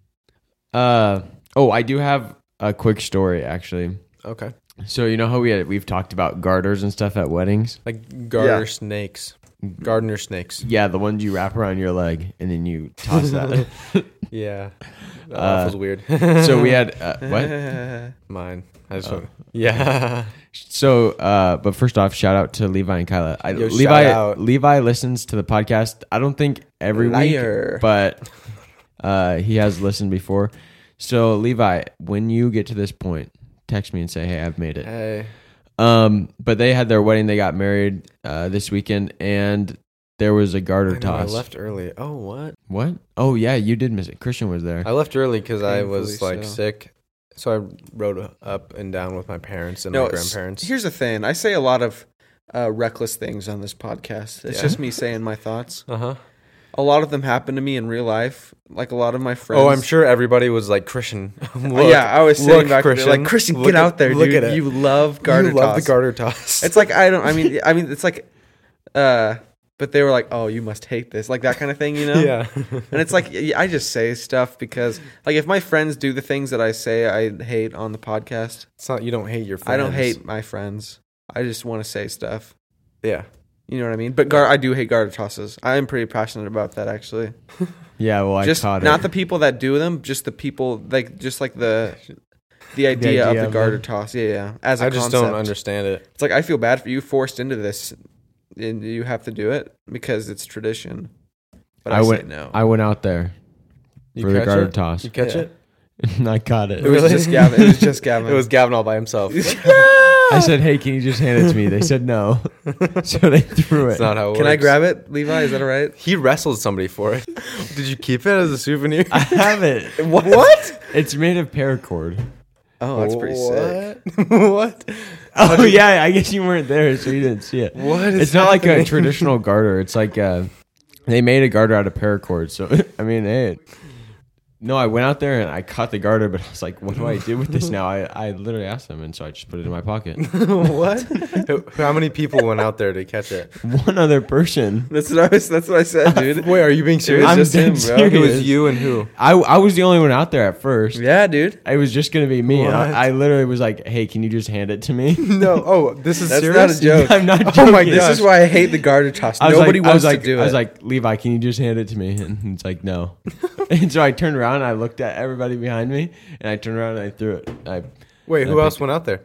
S1: Uh oh, I do have a quick story actually.
S3: Okay.
S1: So you know how we had, we've talked about garters and stuff at weddings.
S3: Like garter snakes. Gardener snakes.
S1: Yeah, the ones you wrap around your leg and then you toss that.
S3: Yeah. That
S1: Uh,
S3: was weird.
S1: so we had uh, what?
S3: Mine. I just
S1: Oh.
S3: went, yeah.
S1: So, uh, but first off, shout out to Levi and Kyla. I,
S3: Yo,
S1: Levi,
S3: shout out.
S1: Levi listens to the podcast. I don't think every
S2: Liar.
S1: week, but uh, he has listened before. So, Levi, when you get to this point, text me and say, "Hey, I've made it."
S3: Hey.
S1: Um, but they had their wedding. They got married uh, this weekend, and there was a
S3: I,
S1: garter
S3: know, I
S1: toss.
S3: left early. Oh, what?
S1: What? Oh yeah, you did miss it. Christian was there.
S3: I left early because I was
S2: Painfully
S3: like
S2: so.
S3: sick. So I rode up and down with my parents and
S2: No,
S3: my
S2: s-
S3: grandparents.
S2: Here's the thing. I say a lot of uh, reckless things on this podcast. It's
S3: Yeah.
S2: just me saying my thoughts.
S3: Uh huh.
S2: A lot of them happen to me in real life. Like a lot of my friends.
S3: Oh, I'm sure everybody was like Christian.
S2: Oh,
S3: look,
S2: yeah, I was sitting
S3: look,
S2: back there like Christian, get
S3: Look at-
S2: out there,
S3: look
S2: dude.
S3: at it.
S2: You love
S3: You
S2: garter
S3: love the
S2: toss."
S3: garter toss.
S2: It's like I don't. I mean, I mean, it's like, uh, but they were like, "Oh, you must hate this," like that kind of thing, you know?
S3: yeah.
S2: And it's like y- I just say stuff because, like, if my friends do the things that I say I hate on the podcast,
S3: It's not you don't hate your friends.
S2: I don't hate my friends. I just want to say stuff.
S3: Yeah.
S2: You know what I mean? But gar- I do hate garter tosses. I am pretty passionate about that, actually.
S1: yeah, well, I
S2: just
S1: caught
S2: not
S1: it.
S2: the people that do them, just the people like, just like the. The idea,
S1: idea
S2: of
S1: of
S2: the garter
S1: it.
S2: toss, yeah, yeah. As I
S3: I just don't understand it.
S2: It's like I feel bad for you forced into this and you have to do it because it's tradition. But I,
S1: I
S2: say
S1: went.
S2: no.
S1: I went out there
S3: You
S1: for the
S3: catch
S1: garter
S3: it?
S1: toss.
S3: You catch
S2: Yeah.
S3: it?
S1: and I caught it.
S2: it was
S3: Really?
S2: just Gavin. It was just Gavin.
S3: It was Gavin all by himself.
S1: I said, "Hey, can you just hand it to me?" They said no, so they threw it.
S3: That's not how it
S2: Can I
S3: works.
S2: grab it, Levi? Is that all right?
S3: He wrestled somebody for it. Did you keep it as a souvenir?
S1: I have it.
S2: What?
S1: It's made of paracord.
S2: Oh, that's pretty sick.
S3: sick. what?
S1: Oh yeah, I guess you weren't there, so you didn't see it.
S3: What is
S1: It's not like a
S3: happening?
S1: traditional garter. It's like uh, they made a garter out of paracord. So I mean, hey. No, I went out there and I caught the garter, but I was like, "What do I do with this now?" I, I literally asked them, and so I just put it in my pocket.
S3: what? How many people went out there to catch it?
S1: One other person.
S2: That's what I was. That's what I said, dude.
S3: Wait, are you being
S2: It was
S3: serious?
S1: I'm
S2: just
S1: dead
S2: him, bro.
S1: serious.
S3: it was you and who?
S1: I I was the only one out there at first.
S2: Yeah, dude.
S1: It was just gonna be me. And
S3: What?
S1: I, I literally was like, "Hey, can you just hand it to me?"
S3: No. Oh, this is
S2: That's
S3: serious.
S2: not a joke.
S1: I'm not.
S3: Oh my
S1: joking.
S2: This is
S3: gosh.
S2: why I hate the garter toss.
S1: I was
S2: Nobody
S1: like, I was
S2: wants
S1: like,
S2: to do
S1: I was
S2: it.
S1: like, Levi, can you just hand it to me? And it's like, no. and so I turned around and I looked at everybody behind me and I turned around and I threw it. I
S3: Wait, who
S1: I
S3: else went out there?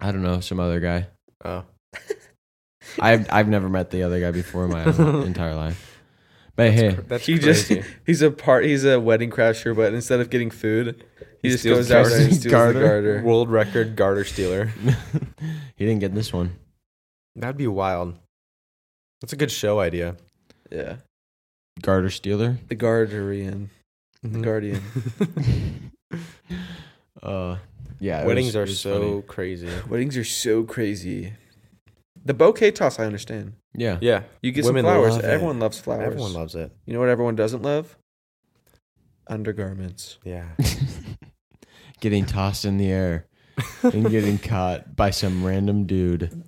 S1: I don't know, some other guy.
S3: Oh,
S1: I've I've never met the other guy before in my entire life. But hey,
S3: that's
S2: he just he's a part. He's a wedding crasher, but instead of getting food, he,
S3: He
S2: just
S3: steals
S2: goes out there and
S1: Chris's
S2: steals
S1: garter.
S2: the garter.
S3: world record garter stealer.
S1: he didn't get this one.
S3: That'd be wild. That's a good show idea.
S2: Yeah,
S1: Garter stealer.
S2: the Guardian, the
S1: Mm.
S2: Guardian.
S1: uh, yeah. it
S3: Weddings
S1: was-
S3: are
S1: it was
S3: so
S1: funny.
S3: crazy.
S2: Weddings are so crazy. The bouquet toss, I understand.
S1: Yeah.
S3: Yeah,
S2: You get
S3: Women
S2: some flowers.
S3: love it.
S2: everyone loves flowers.
S3: everyone loves it.
S2: you know what everyone doesn't love? Undergarments.
S3: Yeah.
S1: getting tossed in the air and getting caught by some random dude.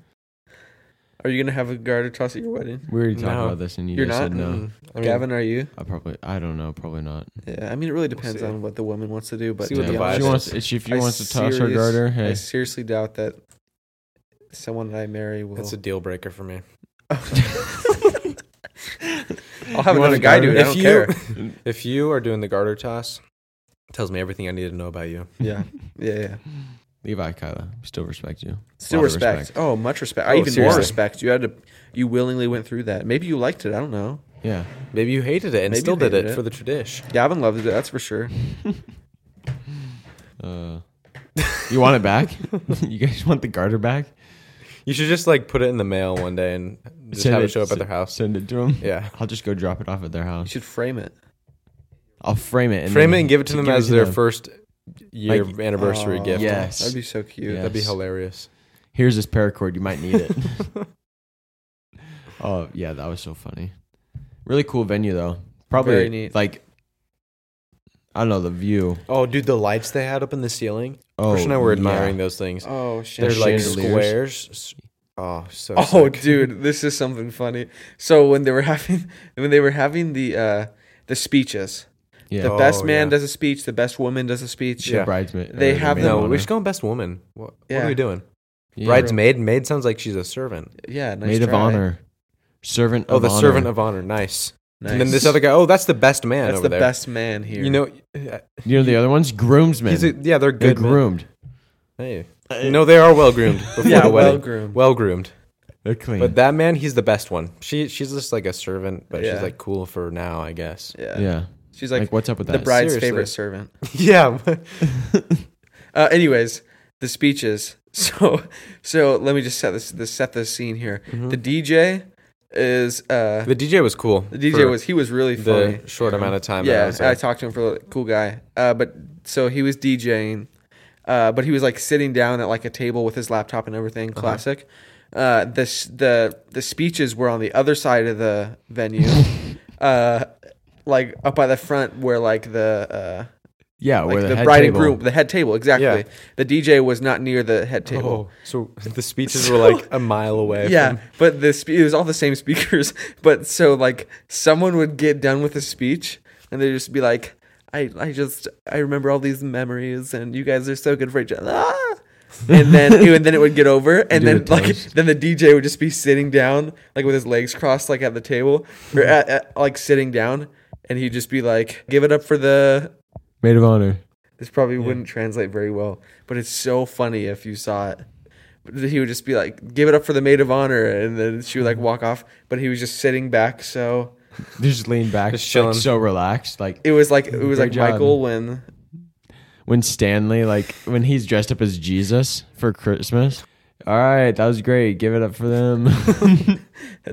S2: Are you gonna have a garter toss at your wedding?
S1: We already talked
S3: No.
S1: about this, and you
S2: You're
S1: guys
S2: not?
S1: said no.
S3: Mm. I mean,
S2: Gavin, are you?
S1: I probably I don't know. Probably not.
S2: Yeah. I mean, it really depends
S3: see.
S2: on what the woman wants to do. But
S3: See
S2: to
S3: what
S2: be
S3: the
S1: Yeah,
S3: vibe
S1: if she
S2: honest,
S3: is.
S1: wants, if she, if she
S2: I
S1: wants to toss her
S2: serious-
S1: garter,
S2: I
S1: hey,
S2: seriously doubt that someone that I marry will.
S3: that's a deal breaker for me.
S2: I'll have
S1: You want
S2: another
S1: a
S2: guy do it.
S1: garter?
S2: I don't
S3: If you-
S2: care.
S3: If you are doing the garter toss, it tells me everything I need to know about you.
S2: yeah. Yeah. Yeah.
S1: Levi, Kyla, still respect you.
S2: Still
S1: Lot of
S2: respect.
S1: respect.
S2: Oh, much respect.
S3: Oh,
S2: I even more
S3: seriously.
S2: respect. You had to. You willingly went through that. Maybe you liked it. I don't know.
S1: Yeah,
S3: Maybe you hated it and
S2: Maybe
S3: still
S2: you
S3: did it,
S2: hated it.
S3: for the tradition.
S2: Gavin loved it. That's for sure.
S1: uh, you want it back? you guys want the garter back?
S3: You should just like put it in the mail one day and just
S1: Send
S3: have it
S1: it-
S3: show up at their house.
S1: Send it to them.
S3: Yeah.
S1: I'll just go drop it off at their
S2: You
S1: house.
S2: should frame it.
S1: I'll frame it, and
S3: Frame
S1: then-
S3: it and give it to them as their first year
S1: Like-
S3: anniversary
S2: Oh,
S3: gift.
S1: Yeah.
S2: That'd be so cute.
S1: Yeah.
S3: That'd be
S1: Yes.
S3: hilarious.
S1: Here's this paracord. You might need it. oh yeah, that was so funny. Really cool venue though. Probably
S2: Very neat.
S1: like I don't know the view.
S3: Oh, dude, the lights they had up in the ceiling.
S1: Oh,
S3: Christian and I were
S1: yeah.
S3: admiring those things.
S2: Oh shit.
S3: They're like
S1: Chandeliers.
S3: squares. S- Oh, so.
S2: Oh
S3: sick.
S2: dude, this is something funny. So when they were having when they were having the uh the speeches.
S1: Yeah.
S2: The
S3: Oh,
S2: best man
S3: yeah.
S2: does a speech, the best woman does a speech.
S1: The
S3: Yeah.
S1: bridesmaid.
S2: They
S1: or the
S2: have
S1: maid
S2: them-
S3: No,
S1: honor.
S3: we're just going best woman. What, what
S2: Yeah.
S3: are we doing?
S1: Yeah.
S3: Bridesmaid. Maid sounds like she's a servant.
S2: Yeah, nice
S1: maid of
S2: try.
S1: honor, servant.
S3: Oh,
S1: of
S3: the
S1: honor.
S3: servant of honor. Nice. And then this other guy, oh, that's the best man
S2: That's
S3: over
S2: the
S3: there.
S2: best man here.
S3: You know, uh,
S1: You know the other ones, groomsmen.
S3: he's a, yeah, they're
S1: They're
S3: good. men.
S1: groomed.
S3: Hey. No, they are well groomed before
S2: yeah,
S3: the
S2: well
S3: wedding.
S2: groomed.
S3: Well groomed.
S1: They're clean.
S3: But that man, he's the best one. She she's just like a servant, but
S2: Yeah.
S3: she's like cool for now, I guess.
S2: yeah.
S1: yeah.
S2: she's
S1: Like,
S2: like,
S1: what's up with
S2: the
S1: that?
S2: bride's
S3: seriously.
S2: favorite servant.
S3: Yeah.
S2: Uh, anyways, the speeches. So, so let me just set this, this set this scene here.
S3: Hmm?
S2: The DJ is uh,
S3: the DJ was cool.
S2: the DJ
S3: for
S2: was he was really funny.
S3: the short amount of time. that I
S2: yeah,
S3: was
S2: I,
S3: there.
S2: talked to him for a little, cool guy. Uh, but so he was DJing, uh, but he was like sitting down at like a table with his laptop and everything.
S1: Uh-huh.
S2: Classic. uh the s the the speeches were on the other side of the venue, uh, like up by the front where like the
S1: Yeah,
S2: uh,
S1: where
S2: like
S1: the,
S2: the,
S1: head
S2: bride
S1: table.
S2: and groom, the head table exactly.
S3: Yeah.
S2: The DJ was not near the head
S3: Oh,
S2: table.
S3: so the speeches were like a mile away.
S2: Yeah,
S3: from-
S2: but the spe- it was all the same speakers. But so like someone would get done with a speech, and they'd just be like, "I I just I remember all these memories, and you guys are so good for each other." Ah! And then and then it would get over, and
S1: Do the
S2: then like
S1: toast.
S2: then the DJ would just be sitting down, like with his legs crossed, like at the table, or at, at- like sitting down, and he'd just be like, "Give it up for the."
S1: Maid of honor.
S2: This probably wouldn't translate very well, but it's so funny if you saw it. But He would just be like, "Give it up for the maid of honor," and then she would like walk off. But he was just sitting back, so
S1: They just lean back,
S3: Just
S1: like,
S3: chilling.
S1: so relaxed. Like
S2: it was like it was
S1: Great
S2: like
S1: job.
S2: Michael when
S1: when Stanley, like when he's dressed up as Jesus for Christmas. All right, that was great. Give it up for them.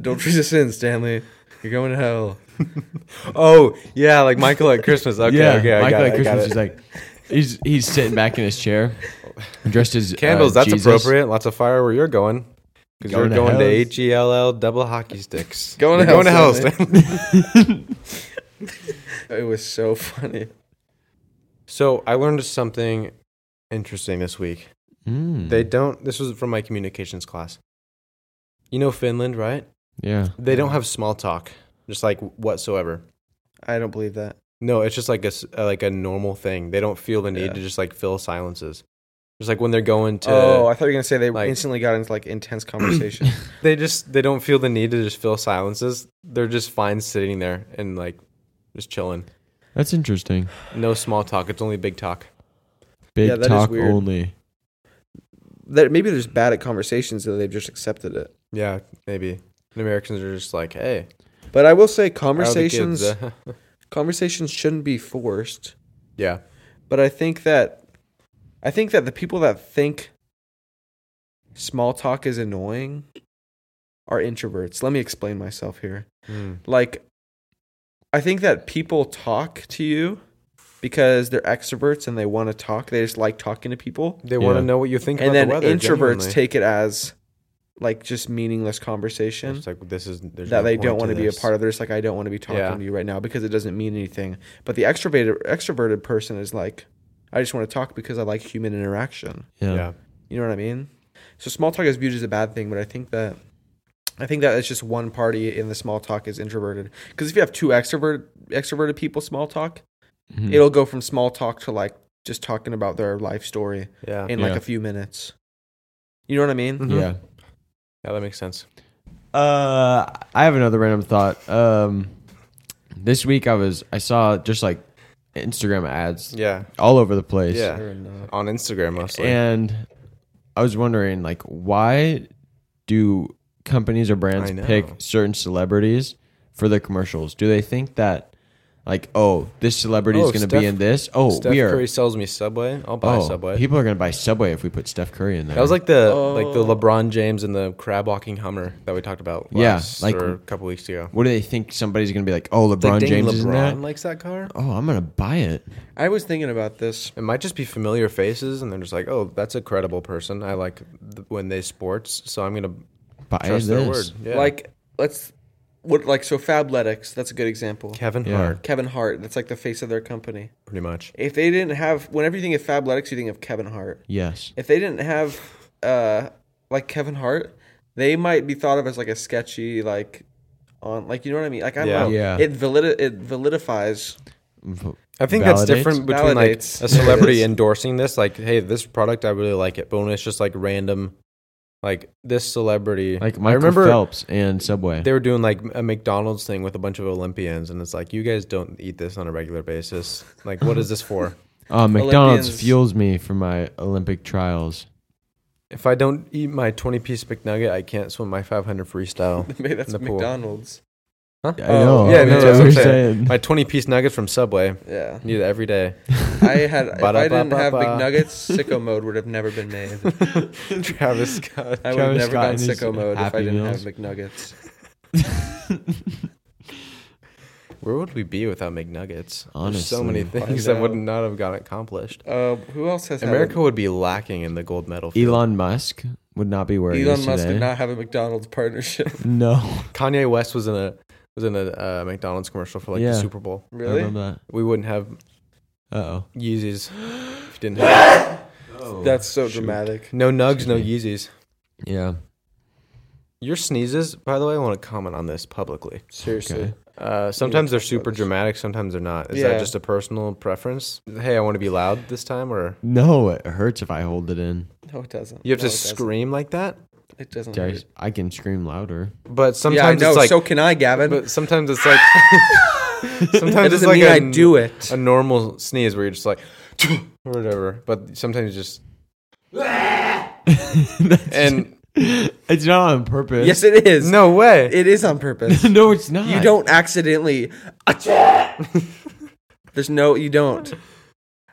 S2: "Don't resist sin, Stanley. You're going to hell."
S3: Oh, yeah, like Michael at Christmas. Okay,
S1: yeah,
S3: okay, I
S1: Michael
S3: got
S1: at
S3: it, I got
S1: Christmas
S3: it.
S1: is like, he's he's sitting back in his chair, dressed as uh,
S3: Candles, that's
S1: Jesus.
S3: appropriate. Lots of fire where you're going. Because you're
S1: Going to
S3: going to
S1: hell.
S3: H E L L double hockey sticks.
S2: Going to
S3: You're going to
S2: hell,
S3: hell,
S2: Stanley.
S3: Stanley.
S2: It was so funny.
S3: So I learned something interesting this week.
S1: Mm,
S3: They don't. This was from my communications class. You know Finland, right?
S1: yeah,
S3: They don't have small talk, just like whatsoever.
S2: I don't believe that.
S3: No, it's just like a s- uh, like a normal thing. They don't feel the need
S2: Yeah.
S3: to just like fill silences. Just like when they're going to,
S2: oh, I thought you were gonna say they
S3: like-
S2: instantly got into like intense conversation.
S3: they just they don't feel the need to just fill silences. They're just fine sitting there and like just chilling.
S1: that's interesting.
S3: No small talk. It's only big talk.
S1: Big
S2: Yeah, that is
S1: talk
S2: weird.
S1: only.
S2: that maybe they're just bad at conversations, so they've just accepted it.
S3: Yeah, maybe. And Americans are just like, hey,
S2: But I will say,
S3: how are the kids,
S2: conversations
S3: uh?"
S2: conversations shouldn't be forced.
S3: yeah,
S2: but I think that I think that the people that think small talk is annoying are introverts. Let me explain myself here.
S3: Mm.
S2: Like I think that people talk to you because they're extroverts and they want to talk. They just like talking to people.
S3: they want to
S1: Yeah.
S3: know what you think
S2: and
S3: about
S2: then
S3: the weather.
S2: introverts
S3: genuinely.
S2: take it as like just meaningless conversation
S3: It's like this is there's
S2: that
S3: no
S2: they don't
S3: point
S2: want to be a
S3: this.
S2: part of. They're just like, I don't want to be talking
S3: Yeah.
S2: to you right now because it doesn't mean anything. But the extroverted extroverted person is like, I just want to talk because I like human interaction.
S1: Yeah.
S3: Yeah,
S2: You know what I mean? So small talk is viewed as a bad thing, but I think that I think that it's just one party in the small talk is introverted. Because if you have two extrovert extroverted people small talk,
S3: Hmm.
S1: Mhm.
S2: it'll go from small talk to like just talking about their life story
S3: yeah,
S2: in like
S1: Yeah.
S2: a few minutes. You know what I mean?
S3: Mhm.
S1: yeah.
S3: yeah. That makes sense.
S1: Uh, I have another random thought. Um, this week I was I saw just like Instagram ads
S3: Yeah,
S1: all over the place.
S3: Yeah.
S2: Or not.
S3: on Instagram mostly.
S1: and I was wondering like why do companies or brands
S3: I know.
S1: pick certain celebrities for their commercials? Do they think that like oh this celebrity
S3: Oh,
S1: is going to
S3: Steph-
S1: be in this? Oh
S3: Steph
S1: we are
S3: Curry sells me Subway. I'll buy
S1: oh
S3: Subway.
S1: people are going to buy Subway if we put Steph Curry in there.
S3: that was like the
S2: Oh.
S3: like the LeBron James and the crab walking Hummer that we talked about.
S1: Yeah,
S3: Last,
S1: like-
S3: or a couple weeks ago.
S1: what do they think somebody's going to be like? Oh
S3: It's like,
S1: LeBron
S3: dang,
S1: James is in
S3: LeBron
S1: that.
S3: likes that car.
S1: Oh I'm going to buy it.
S2: I was thinking about this.
S3: It might just be familiar faces, and they're just like, "Oh, that's a credible person. I like th- when they sports, so I'm gonna
S1: Buy this.
S3: trust their word." Yeah.
S2: Like let's what like so Fabletics, that's a good example.
S3: Kevin
S1: Yeah.
S3: Hart,
S2: Kevin Hart, that's like the face of their company.
S3: pretty much.
S2: If they didn't have whenever you think of Fabletics, you think of Kevin Hart.
S1: Yes.
S2: If they didn't have uh like Kevin Hart, they might be thought of as like a sketchy like on like you know what I mean? Like I don't
S3: Yeah.
S2: know.
S1: Yeah.
S2: It valid it validifies
S3: I think that's
S1: Validates?
S3: different between
S2: Validates.
S3: like a celebrity
S2: Validates.
S3: endorsing this, like, "Hey, this product, I really like it," but when it's just like random Like this celebrity,
S1: Like Michael
S3: remember-
S1: Phelps and Subway.
S3: they were doing like a McDonald's thing with a bunch of Olympians, and it's like you guys don't eat this on a regular basis. Like, what is this for?
S1: Oh, McDonald's
S2: Olympians-
S1: fuels me for my Olympic trials.
S3: If I don't eat my twenty-piece McNugget, I can't swim my five hundred freestyle.
S2: Maybe that's
S3: In the pool.
S2: McDonald's.
S3: Huh?
S1: I
S2: Oh,
S1: know.
S2: yeah,
S1: I
S2: no,
S1: mean,
S2: that's
S1: what
S2: what
S1: we're
S3: I'm saying.
S1: saying.
S3: My twenty-piece nuggets from Subway.
S2: Yeah.
S3: Need it every day.
S2: I had if I didn't have
S3: Ba-da-ba-ba-ba.
S2: McNuggets, sicko mode would have never been made.
S3: Travis Scott.
S2: I would have
S1: Travis
S2: never
S1: Scott
S2: gone
S1: and his
S2: sicko mode if I
S1: Happy
S2: didn't
S1: Meals.
S2: have McNuggets.
S3: Where would we be without McNuggets? There's so
S1: Honestly.
S3: many things
S2: I
S3: that would
S2: know.
S3: not have got accomplished.
S2: Uh, who else has had
S3: America would be lacking in the gold medal. field.
S1: Elon Musk would not be where
S2: it?
S1: he
S2: Elon
S1: is
S2: Musk
S1: today.
S2: did not have a McDonald's partnership.
S1: No,
S3: Kanye West was in a was in a uh, McDonald's commercial for like
S1: Yeah.
S3: the Super Bowl.
S1: I
S2: Really?
S1: remember
S3: We wouldn't have
S1: that. Uh
S3: Yeezys if you didn't have
S1: oh.
S2: That's so
S1: Shoot.
S2: dramatic.
S3: no nugs, no
S1: Excuse
S3: Yeezys.
S1: yeah.
S3: Your sneezes, by the way, I want to comment on this publicly.
S2: Seriously.
S1: Okay.
S3: Uh, sometimes they're super dramatic, sometimes they're not. Is
S2: Yeah.
S3: that just a personal preference? Hey, I want to be loud this time, or
S1: No, it hurts if I hold it in.
S2: No, it doesn't.
S3: you have
S2: No,
S3: to
S2: it doesn't.
S3: scream like that.
S2: It doesn't.
S1: Dare I-
S2: hurt.
S1: I can scream louder.
S3: But
S2: Yeah, I
S3: sometimes
S2: know.
S3: it's like
S2: so can I, Gavin.
S3: But sometimes it's like sometimes
S2: that
S3: it's
S2: doesn't
S3: like
S2: mean
S3: I
S2: I do it.
S3: a normal sneeze where you're just like or whatever. But sometimes you just and
S1: It's not on purpose.
S2: yes, it is.
S3: no way.
S2: it is on purpose.
S1: no, it's not.
S2: you don't accidentally. There's no. You don't.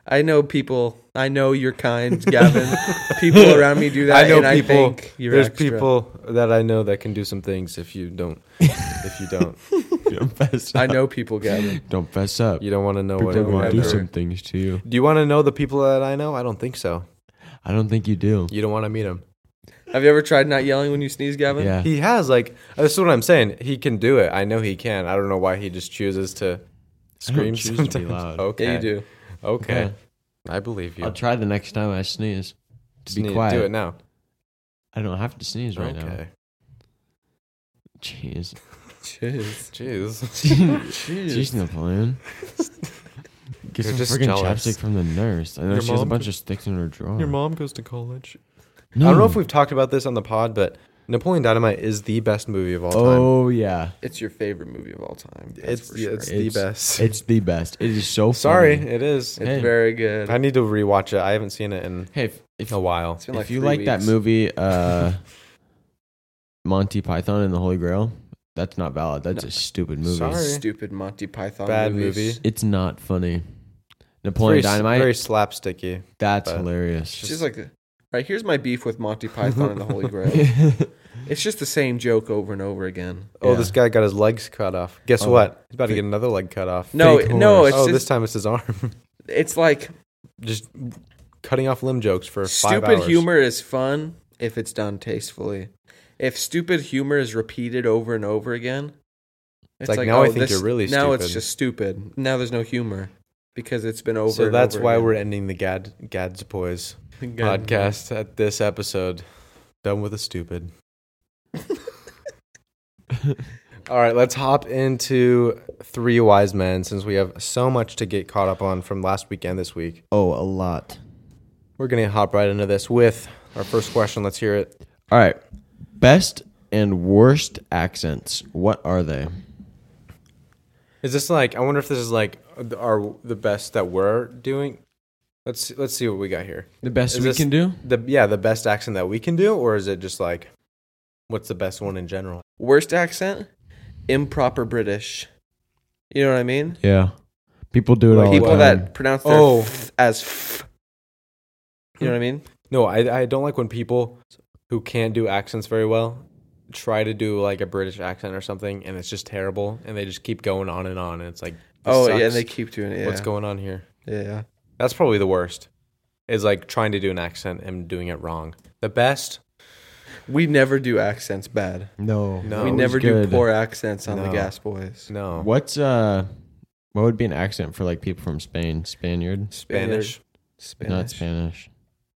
S2: I know people. I know you're kind, Gavin. people around me do that.
S3: I know
S2: and I
S3: people.
S2: think you're
S3: there's
S2: extra.
S3: people that I know that can do some things. If you don't, if you don't,
S1: don't fess
S2: I
S1: up.
S2: know people, Gavin.
S1: Don't fess up.
S3: you don't want to know what.
S1: People will do
S3: whatever.
S1: some things to you.
S3: Do you want to know the people that I know? I don't think so.
S1: I don't think you do.
S3: You don't want to meet him.
S2: Have you ever tried not yelling when you sneeze, Gavin?
S1: Yeah.
S3: He has like this is what I'm saying. He can do it. I know he can. I don't know why he just chooses to scream
S1: choose to be
S3: sometimes.
S1: loud.
S3: Okay,
S2: Yeah, you do.
S3: Okay.
S1: Okay.
S3: I believe you.
S1: I'll try the next time I sneeze. To
S3: Sneeze.
S1: be quiet.
S3: Do it now.
S1: I don't have to sneeze right now. Jeez.
S2: Jeez.
S3: Jeez.
S1: Jeez Napoleon. Get
S3: You're
S1: some
S3: just
S1: freaking
S3: jealous.
S1: chapstick from the nurse. I know
S3: Your
S1: she has a
S3: mom
S1: bunch
S3: could-
S1: of sticks in her drawer.
S3: Your mom goes to college.
S1: No.
S3: I don't know if we've talked about this on the pod, but Napoleon Dynamite is the best movie of all time.
S1: Oh yeah,
S2: It's your favorite movie of all time. That's
S3: It's
S2: for sure.
S3: it's
S2: It's,
S3: the
S1: It's-
S3: best.
S1: it's the best. It is so.
S3: Sorry,
S1: funny.
S3: it is.
S1: Hey.
S2: very good.
S3: I need to rewatch it. I haven't seen it in
S1: Hey, if, if,
S3: a while.
S2: It's been
S1: if you
S2: three
S1: like that
S2: weeks.
S1: movie, uh, Monty Python and the Holy Grail, that's not valid. That's
S3: No.
S1: a stupid movie.
S3: Sorry.
S2: stupid Monty Python
S3: Bad
S2: movies.
S3: movie.
S1: It's not funny.
S3: It's
S1: Napoleon
S3: very,
S1: Dynamite.
S3: very slapsticky.
S1: that's
S3: but-
S1: hilarious.
S2: She's like, right here's my beef with Monty Python and the Holy Grail. It's just the same joke over and over again.
S3: Oh,
S1: Yeah.
S3: this guy got his legs cut off. Guess
S1: Oh.
S3: what? He's about to get another leg cut off.
S2: No,
S1: Fake
S2: no,
S1: horse.
S2: it's
S3: oh, this
S2: just,
S3: time it's his arm.
S2: it's like
S3: Just cutting off limb jokes for five
S2: stupid
S3: hours.
S2: humor is fun if it's done tastefully. If stupid humor is repeated over and over again, it's oh,
S3: like, now I think you're really
S2: now it's
S3: stupid.
S2: just stupid. Now there's no humor because it's been over.
S3: So
S2: and
S3: that's
S2: over
S3: why
S2: again.
S3: we're ending the Gad Gadzapoys
S2: God.
S3: podcast at this episode. Done with the stupid. All right, let's hop into three wise men since we have so much to get caught up on from last weekend this week.
S1: oh, a lot.
S3: We're gonna hop right into this with our first question. Let's hear it.
S1: All right. Best and worst accents. What are they?
S3: Is this like? I wonder if this is like the- our the best that we're doing. Let's see- let's see what we got here.
S1: The best
S3: Is
S1: we
S3: this-
S1: can do.
S3: The yeah, the best accent that we can do, or is it just like, what's the best one in general?
S2: Worst accent, improper British. You know what I mean?
S1: Yeah. People do it
S3: Like
S1: all
S2: People
S1: the time.
S2: that pronounce their
S3: Oh.
S2: f- as f. You know what I mean?
S3: No, I I don't like when people who can't do accents very well try to do like a British accent or something, and it's just terrible, and they just keep going on and on, and it's like, this
S2: Oh yeah,
S3: sucks.
S2: and they keep doing it. Yeah.
S3: what's going on here?
S2: Yeah.
S3: That's probably the worst. Is like trying to do an accent and doing it wrong. The best,
S2: We never do accents bad.
S1: No.
S3: No.
S2: we
S1: it was
S2: never do
S1: good.
S2: poor accents on the
S3: No.
S2: Gas Boys.
S3: no
S1: What's uh what would be an accent for like people from Spain? Spaniard?
S3: Spanish.
S2: Spanish.
S1: Not Spanish.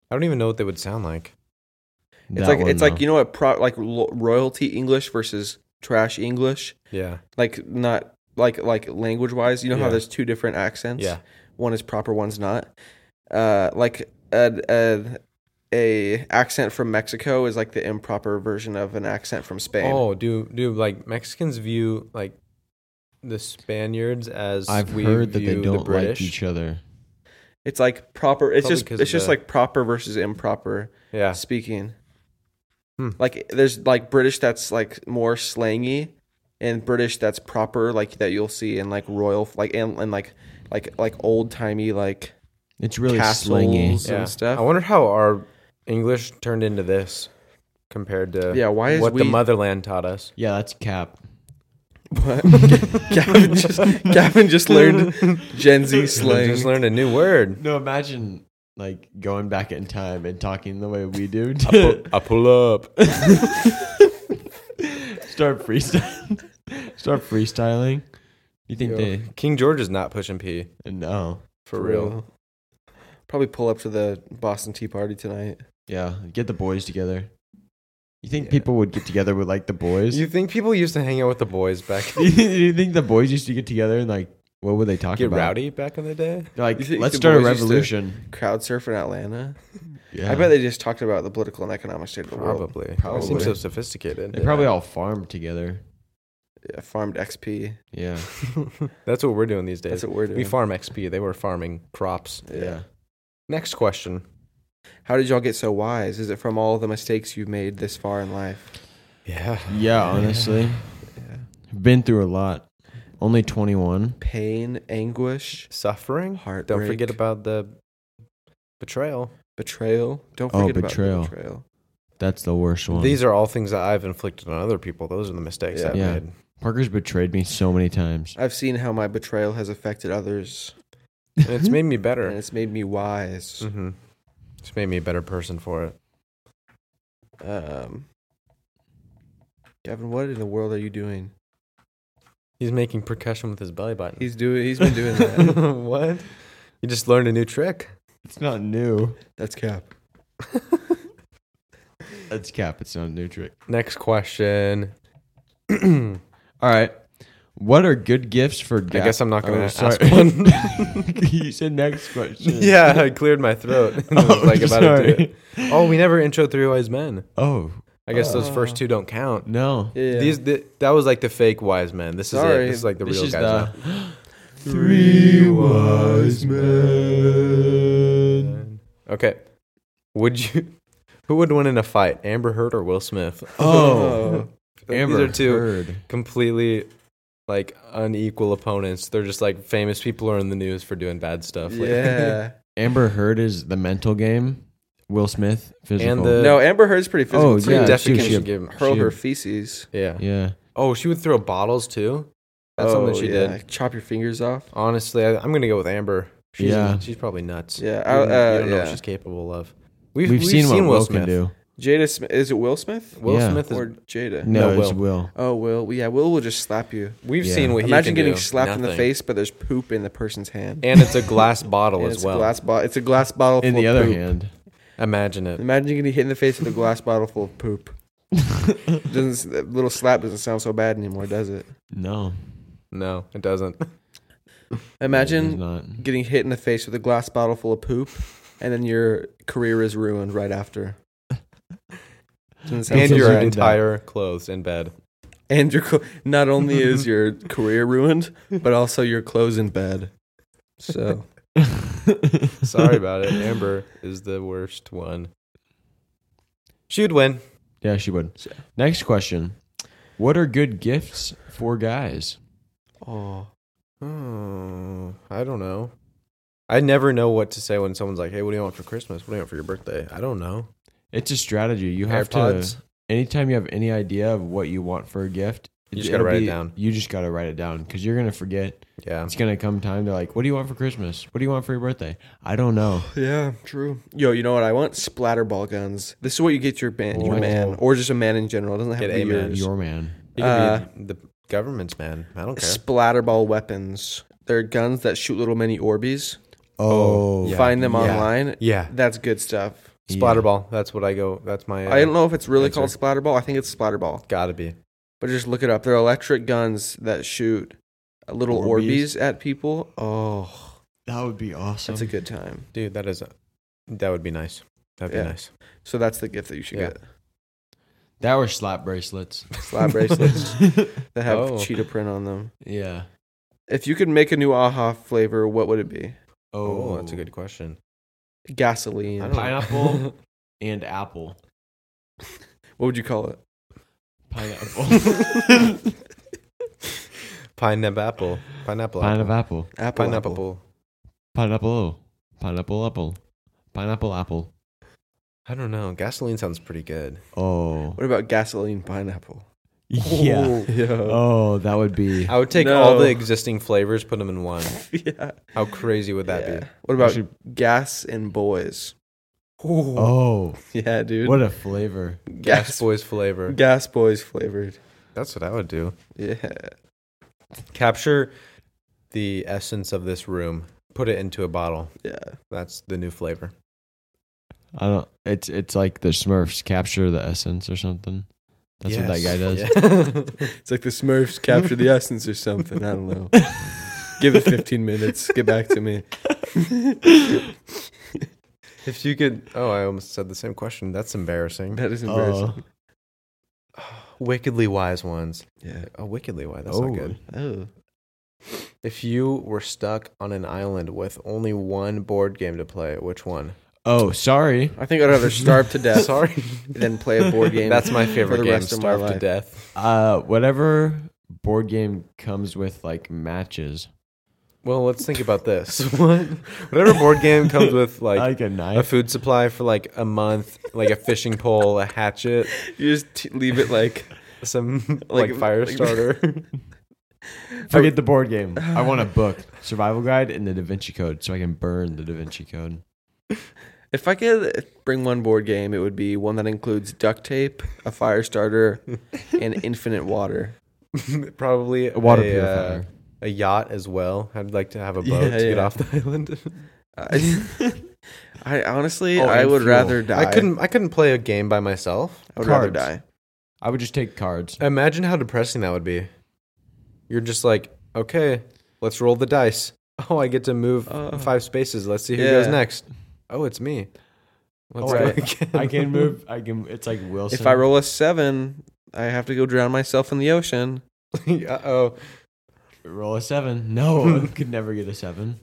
S3: I don't even know what they would sound like.
S2: It's like it's like you know what pro- like lo- royalty English versus trash English.
S3: Yeah,
S2: Like not like like language wise, you know how
S3: Yeah.
S2: there's two different accents.
S3: yeah.
S2: One is proper, one's not. Uh like a, a a accent from Mexico is like the improper version of an accent from Spain.
S3: Oh, do do like Mexicans view like the Spaniards as
S1: I've
S3: we
S1: heard that they
S3: view the
S1: don't like
S3: British?
S1: each other.
S2: It's like proper. It's
S3: Probably
S2: just
S3: 'cause
S2: it's
S3: of
S2: just
S3: the-
S2: like proper versus improper
S3: Yeah,
S2: speaking.
S3: Hmm.
S2: Like there's like British that's like more slangy, and British that's proper like that you'll see in like royal like and, and like like like old timey like
S1: It's really
S2: castles
S1: slingy.
S2: and stuff.
S3: I wonder how our English turned into this compared to
S2: Yeah, why is
S3: what the
S2: we-
S3: motherland taught us.
S1: Yeah, that's cap.
S2: What? Gavin just Gavin just learned Gen Z slang.
S3: Just learned a new word.
S1: No, imagine like going back in time and talking the way we do.
S3: I pull, I pull up.
S1: start freestyling. start freestyling. You think
S3: Yo.
S1: they?
S3: King George is not pushing pee
S1: No.
S3: for, real.
S2: Probably pull up to the Boston Tea Party tonight.
S1: Yeah, get the boys together. You think
S3: Yeah.
S1: people would get together with like the boys?
S3: You
S1: you,
S3: think people used to hang out with the boys back?
S1: think the boys used to get together and like what would they talk
S3: Get
S1: about?
S3: rowdy back in the day.
S1: They're like,
S2: You think
S1: let's
S2: the
S1: start a
S2: boys used to-
S1: revolution.
S2: Crowd surf in Atlanta.
S1: Yeah.
S2: I bet they just talked about the political and economic state of the world.
S3: Probably.
S1: Probably.
S3: It seems so sophisticated.
S1: they probably all farm together.
S2: Yeah, farmed XP.
S1: Yeah.
S3: That's what we're doing these days.
S2: That's what we're doing.
S3: we farm XP. They were farming crops.
S1: yeah.
S3: Next question.
S2: How did y'all get so wise? Is it from all the mistakes you've made this far in life?
S3: Yeah.
S1: Yeah, honestly.
S2: Yeah.
S1: Been through a lot. Only 21.
S2: Pain, anguish,
S3: Suffering.
S2: Heartbreak.
S3: Don't forget about the betrayal.
S2: betrayal. Don't
S1: Oh,
S2: forget
S1: betrayal.
S2: about the betrayal.
S1: That's the worst one.
S3: These are all things that I've inflicted on other people. Those are the mistakes
S2: Yeah.
S3: I've
S1: Yeah.
S3: made.
S1: Parker's betrayed me so many times.
S2: I've seen how my betrayal has affected others,
S3: And it's made me
S2: and
S3: better.
S2: it's made me wise.
S3: hmm It's made me a better person for it. Mm.
S2: Um, Gavin, what in the world are you doing?
S3: He's making percussion with his belly button.
S2: He's doing. He's been doing that.
S3: what? You just learned a new trick.
S1: It's not new.
S2: That's cap.
S1: That's cap. It's not a new trick.
S3: Next question.
S1: All right. What are good gifts for Gavin?
S3: I guess I'm not
S1: Oh,
S3: going to ask
S1: sorry.
S3: one.
S1: you said next question. Oh,
S3: yeah, I cleared my throat. I was like about to do it.
S1: sorry.
S3: Oh, we never intro three wise men.
S1: Oh,
S3: I guess those
S2: Oh.
S3: first two don't count.
S1: no.
S2: Yeah.
S3: These the, that was like the fake wise men. This is
S2: Sorry.
S3: it. This is like the
S1: This
S3: real
S1: is
S3: guys.
S1: the
S3: now.
S1: three wise men.
S3: Okay. Would you? Who would win in a fight, Amber Heard or Will Smith?
S1: Oh, Amber
S3: These are two
S1: Heard.
S3: completely like unequal opponents. They're just like famous people are in the news for doing bad stuff. Like,
S2: yeah.
S1: Amber Heard is the mental game. Will Smith physical.
S3: And the-
S2: No, Amber Heard's pretty physical.
S1: Oh,
S2: too.
S1: yeah,
S2: She
S1: she-
S2: can
S1: she-
S3: give-
S2: hurl
S1: she-
S2: her feces.
S3: yeah.
S1: yeah.
S3: Oh, she would throw bottles too. That's
S2: oh,
S3: something she
S2: yeah.
S3: did.
S2: Chop your fingers off.
S3: Honestly, I, I'm gonna go with Amber. She's,
S1: Yeah.
S3: she's probably nuts.
S2: Yeah,
S3: I, don't,
S2: I- uh,
S3: you don't know what
S2: yeah.
S3: she's capable of.
S1: We've, seen, what Will can do.
S2: Jada Smith. Is it Will Smith
S3: Will
S1: Yeah.
S3: Smith is.
S2: or Jada?
S1: No,
S3: No,
S1: it's
S3: Will.
S1: Will.
S2: Oh, Will. Yeah, Will will just slap you.
S3: We've
S1: Yeah.
S3: seen what he
S2: Imagine
S3: can
S2: getting
S3: do.
S2: slapped in the
S3: Nothing.
S2: face, but there's poop in the person's hand.
S3: and it's a glass bottle
S2: And
S3: as
S2: it's
S3: well.
S2: a glass bottle. It's a glass bottle.
S1: In
S2: full
S1: the
S2: of
S1: other
S2: poop.
S1: hand,
S3: Imagine it.
S2: Imagine getting hit in the face with a glass bottle full of poop. doesn't that little slap doesn't sound so bad anymore, does it?
S1: no.
S3: No, it doesn't.
S1: He's
S2: Imagine
S1: not.
S2: getting hit in the face with a glass bottle full of poop, and then your career is ruined right after. Doesn't sound
S3: and
S2: so
S1: you're
S3: your
S2: bad.
S1: in-
S3: entire clothes in bed.
S2: and your cl- not only is your career ruined, but also your clothes in bed. So
S3: Sorry about it. Amber is the worst one. She'd win.
S1: Yeah, she would. Next question. What are good gifts for guys?
S2: oh,
S1: Hmm,
S3: Oh, I don't know. I never know what to say when someone's like, "Hey, what do you want for Christmas? What do you want for your birthday?" I don't know.
S1: It's a strategy. You have
S3: AirPods.
S1: to anytime you have any idea of what you want for a gift,
S3: You
S1: it-
S3: just gotta
S1: it'll
S3: write it
S1: be-
S3: down.
S1: You just gotta write it down because you're gonna forget.
S3: Yeah.
S1: It's gonna come time. They're like, "What do you want for Christmas? What do you want for your birthday?" I don't know.
S2: yeah, true. Yo, you know what I want? Splatterball guns. This is what you get your man, your
S1: What?
S2: man, or just a man in general. It doesn't have
S3: Get
S2: to
S3: a
S2: be
S3: man.
S2: yours.
S1: Your man.
S3: You
S2: Uh,
S3: can be the government's man. I don't care.
S2: splatterball weapons. They're guns that shoot little mini Orbeez.
S1: Oh,
S3: yeah.
S2: Find them
S3: yeah.
S2: online.
S3: yeah.
S2: That's good stuff.
S1: Yeah.
S3: Splatterball. That's what I go. That's my.
S2: I don't know if it's really
S3: Answer.
S2: called splatterball. I think it's splatterball.
S3: Gotta be.
S2: But just look it up. They're electric guns that shoot uh, little
S1: Orbeez?
S2: Orbeez at people. Oh,
S1: that would be awesome.
S2: that's a good time.
S3: Dude, that is. that would be nice. That'd be
S2: Yeah.
S3: nice.
S2: So that's the gift that you should
S3: Yeah.
S2: get.
S1: That were slap bracelets.
S2: Slap bracelets that have
S3: Oh.
S2: cheetah print on them.
S1: Yeah.
S2: If you could make a new AHA flavor, what would it be?
S1: Oh,
S3: Oh, that's a good question.
S2: Gasoline.
S3: I don't-
S1: pineapple and apple.
S2: What would you call it?
S1: Pineapple.
S3: Pineapple apple. Pineapple. apple.
S1: apple.
S2: Apple.
S3: Pineapple.
S2: apple.
S1: Pineapple. Pineapple apple. Pineapple apple.
S3: I don't know. Gasoline sounds pretty good.
S1: Oh.
S2: What about gasoline pineapple?
S1: Yeah.
S2: Oh, yeah.
S1: Oh, that would be.
S3: I would take
S2: No.
S3: all the existing flavors, put them in one.
S2: yeah.
S3: How crazy would that
S2: yeah.
S3: be?
S2: What about
S1: Actually-
S2: gas and boys?
S1: Oh,
S2: Yeah, dude.
S1: what a flavor.
S3: Gas
S2: gas
S3: Boys flavor.
S2: gas boys flavored.
S3: That's what I would do.
S2: Yeah.
S3: Capture the essence of this room. Put it into a bottle.
S2: Yeah.
S3: That's the new flavor.
S1: I don't. It's it's like the Smurfs capture the essence or something. That's what that guy does.
S3: does.
S2: It's like the Smurfs capture the essence or something. I don't know. Give it 15 minutes. Get back to me.
S3: if you could, oh, I almost said the same question. That's embarrassing.
S2: That is embarrassing.
S1: Oh,
S3: Wickedly wise ones.
S2: Yeah.
S3: Oh, wickedly wise. That's
S1: Oh.
S3: not good.
S2: Oh.
S3: If you were stuck on an island with only one board game to play, which one?
S1: oh, sorry.
S2: I think I'd rather starve to death
S3: Sorry,
S2: than play a board game.
S3: that's my
S2: for
S3: favorite
S2: the
S3: game.
S2: rest of my
S3: Starve to
S2: life.
S3: death.
S1: Uh, whatever board game comes with like matches,
S3: Well, let's think about this. what? Whatever board game comes with like,
S1: like a
S3: a
S1: knife.
S3: food supply for like a month, like a fishing pole, a hatchet,
S2: You just t- leave it like
S3: some
S2: Like-
S3: like, fire
S2: like-
S3: starter.
S1: Forget the board game. I want a book, survival guide, and the Da Vinci Code, so I can burn the Da Vinci Code.
S2: If I could bring one board game, it would be one that includes duct tape, a fire starter, and infinite water.
S3: Probably
S1: A water
S3: uh,
S1: purifier.
S3: a yacht as well. I'd like to have a boat
S2: Yeah,
S3: to get
S2: yeah.
S3: off the island.
S2: I, Uh, I honestly,
S1: Oh,
S2: I
S1: and
S2: would
S1: fuel.
S2: rather die.
S3: I couldn't. I couldn't play a game by myself.
S2: I would rather
S1: Cards.
S2: die.
S1: I would just take cards.
S3: Imagine how depressing that would be. You're just like, okay, let's roll the dice. Oh, I get to move
S1: Uh,
S2: Oh.
S3: five spaces. Let's see who
S2: Yeah.
S3: goes next. Oh, it's me. Let's
S1: Oh,
S3: go
S1: I-
S3: again.
S1: I can move. I can. It's like Wilson.
S2: If I roll a seven, I have to go drown myself in the ocean.
S3: uh oh.
S1: roll a seven, no, I could never get a seven.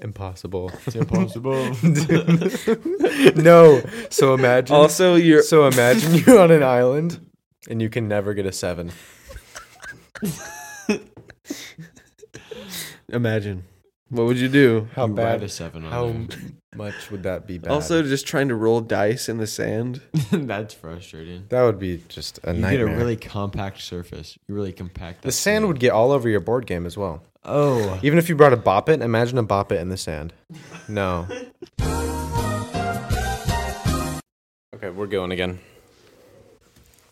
S3: Impossible.
S1: It's impossible.
S3: no. So imagine.
S2: Also, you're
S3: so imagine you're on an island and you can never get a seven.
S2: imagine. What would you do?
S3: How
S1: You write
S3: bad?
S1: a seven? On
S3: how
S1: there.
S3: m- much would that be bad?
S2: Also, just trying to roll dice in the sand.
S1: That's frustrating.
S3: that would be just a
S1: you
S3: nightmare.
S1: get a really compact surface. You really compact.
S3: the sand would get all over your board game as well.
S1: Oh,
S3: Even if you brought a bop it, imagine a bop it in the sand. No. okay, we're going again.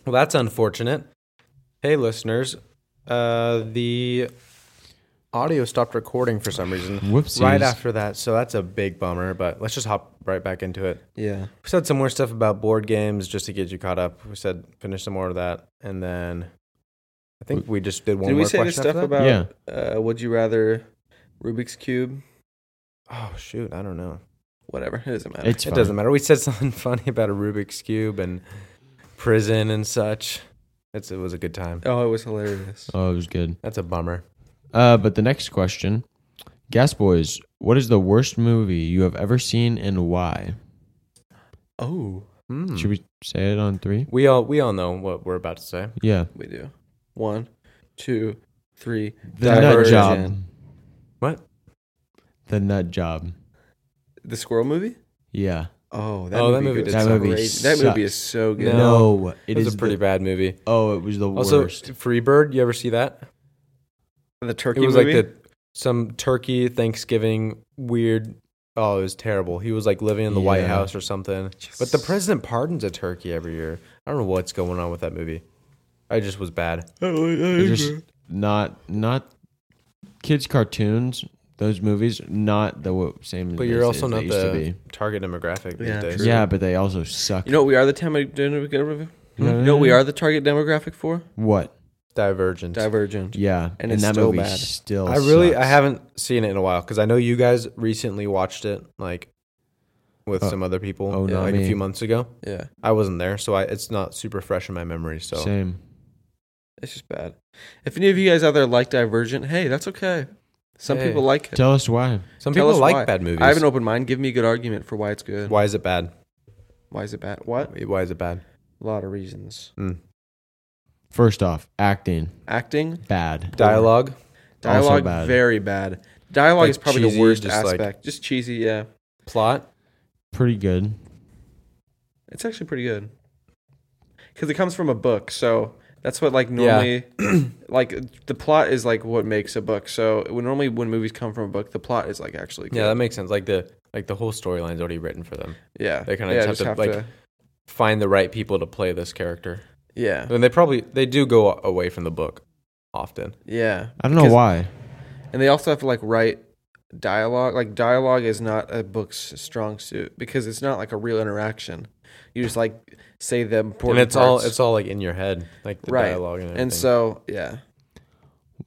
S3: Well, that's unfortunate. Hey, listeners, uh, the audio stopped recording for some reason
S1: whoopsies!
S3: right after that, so that's a big bummer. But let's just hop right back into it.
S2: Yeah.
S3: We said some more stuff about board games just to get you caught up. We said finish some more of that, and then I think we just did one
S2: Did
S3: more
S2: we say this
S3: question.
S2: stuff
S3: after that?
S2: about?
S1: Yeah.
S2: Uh, would you rather Rubik's cube?
S3: Oh shoot, I don't know.
S2: Whatever. It doesn't matter.
S1: It's
S3: It doesn't matter. We said something funny about a Rubik's cube and prison and such. It's, it was a good time.
S2: oh, it was hilarious.
S1: Oh, it was good.
S3: That's a bummer.
S1: Uh, but the next question, Gas Boys, what is the worst movie you have ever seen and why?
S2: Oh,
S3: Hmm.
S1: Should we say it on three?
S3: We all we all know what we're about to say.
S1: Yeah,
S2: we do. One, two, three.
S1: the nut
S2: Divergent.
S1: job.
S3: What?
S1: The nut job.
S2: The squirrel movie.
S1: Yeah.
S2: Oh,
S3: Oh, that movie
S2: goes
S3: did That
S1: suck. movie
S2: crazy. That movie is
S1: sucks.
S2: so good.
S3: No,
S1: No,
S3: It
S1: it
S3: was
S1: is
S3: a pretty
S1: The,
S3: bad movie.
S1: oh, it was the
S3: Also,
S1: worst.
S3: Freebird. You ever see that?
S2: The turkey
S3: It was
S2: movie.
S3: like the some turkey Thanksgiving weird. Oh, it was terrible. He was like living in the White
S1: Yeah.
S3: House or something. But the president pardons a turkey every year. I don't know what's going on with that movie. I just was bad.
S2: Oh,
S1: They're just not not kids cartoons those movies not the wo- same
S3: But
S1: as
S3: you're
S1: they-
S3: also
S1: as
S3: not
S1: they used to
S3: the target demographic these
S2: Yeah,
S3: days.
S1: be yeah but they also suck
S2: You know what we are the time demographic.
S1: You know
S2: You know what we are the target demographic for?
S1: what
S3: Divergent.
S2: Divergent.
S1: yeah
S2: And
S1: and,
S2: it's
S1: that
S2: still
S1: movie
S2: bad.
S1: still
S3: I really
S1: sucks.
S3: I haven't seen it in a while because I know you guys recently watched it like with
S1: Oh.
S3: some other people
S1: Oh,
S3: uh,
S1: not
S3: like
S1: me.
S3: a few months ago.
S2: Yeah,
S3: I wasn't there, so I, it's not super fresh in my memory. So
S1: Same.
S2: it's just bad. If any of you guys out there like Divergent, hey, that's okay. Some
S3: Hey.
S2: people like it.
S1: Tell us why.
S3: some
S2: Tell
S3: people
S2: us
S3: like
S2: why.
S3: bad movies.
S2: I have an open mind. Give me a good argument for why it's good. Why,
S3: why is it bad?
S2: is it bad? What?
S3: Why is it bad?
S2: A lot of reasons.
S3: Mm.
S1: First off, acting
S2: Acting,
S1: bad.
S3: Dialogue.
S1: Also
S2: dialogue,
S1: bad.
S2: very bad. Dialogue
S3: Like
S2: is probably
S3: cheesy,
S2: the worst
S3: just like-
S2: aspect. just cheesy. Yeah,
S3: plot.
S1: Pretty good.
S2: it's actually pretty good because it comes from a book. So that's what like normally, like the plot is like what makes a book. So when, normally when movies come from a book, the plot is like actually good.
S3: Yeah, that makes sense. Like the like the whole storyline's already written for them.
S2: yeah.
S3: they kinda
S2: yeah,
S3: just have to, like- Find the right people to play this character.
S2: yeah,
S3: And they probably they do go away from the book often.
S2: yeah.
S1: I don't know
S2: Because-
S1: why.
S2: and they also have to like write dialogue like dialogue is not a book's strong suit because it's not like a real interaction you just like say the important
S3: and it's all
S2: parts.
S3: it's all like in your head, like the
S2: Right.
S3: dialogue and everything.
S2: and so yeah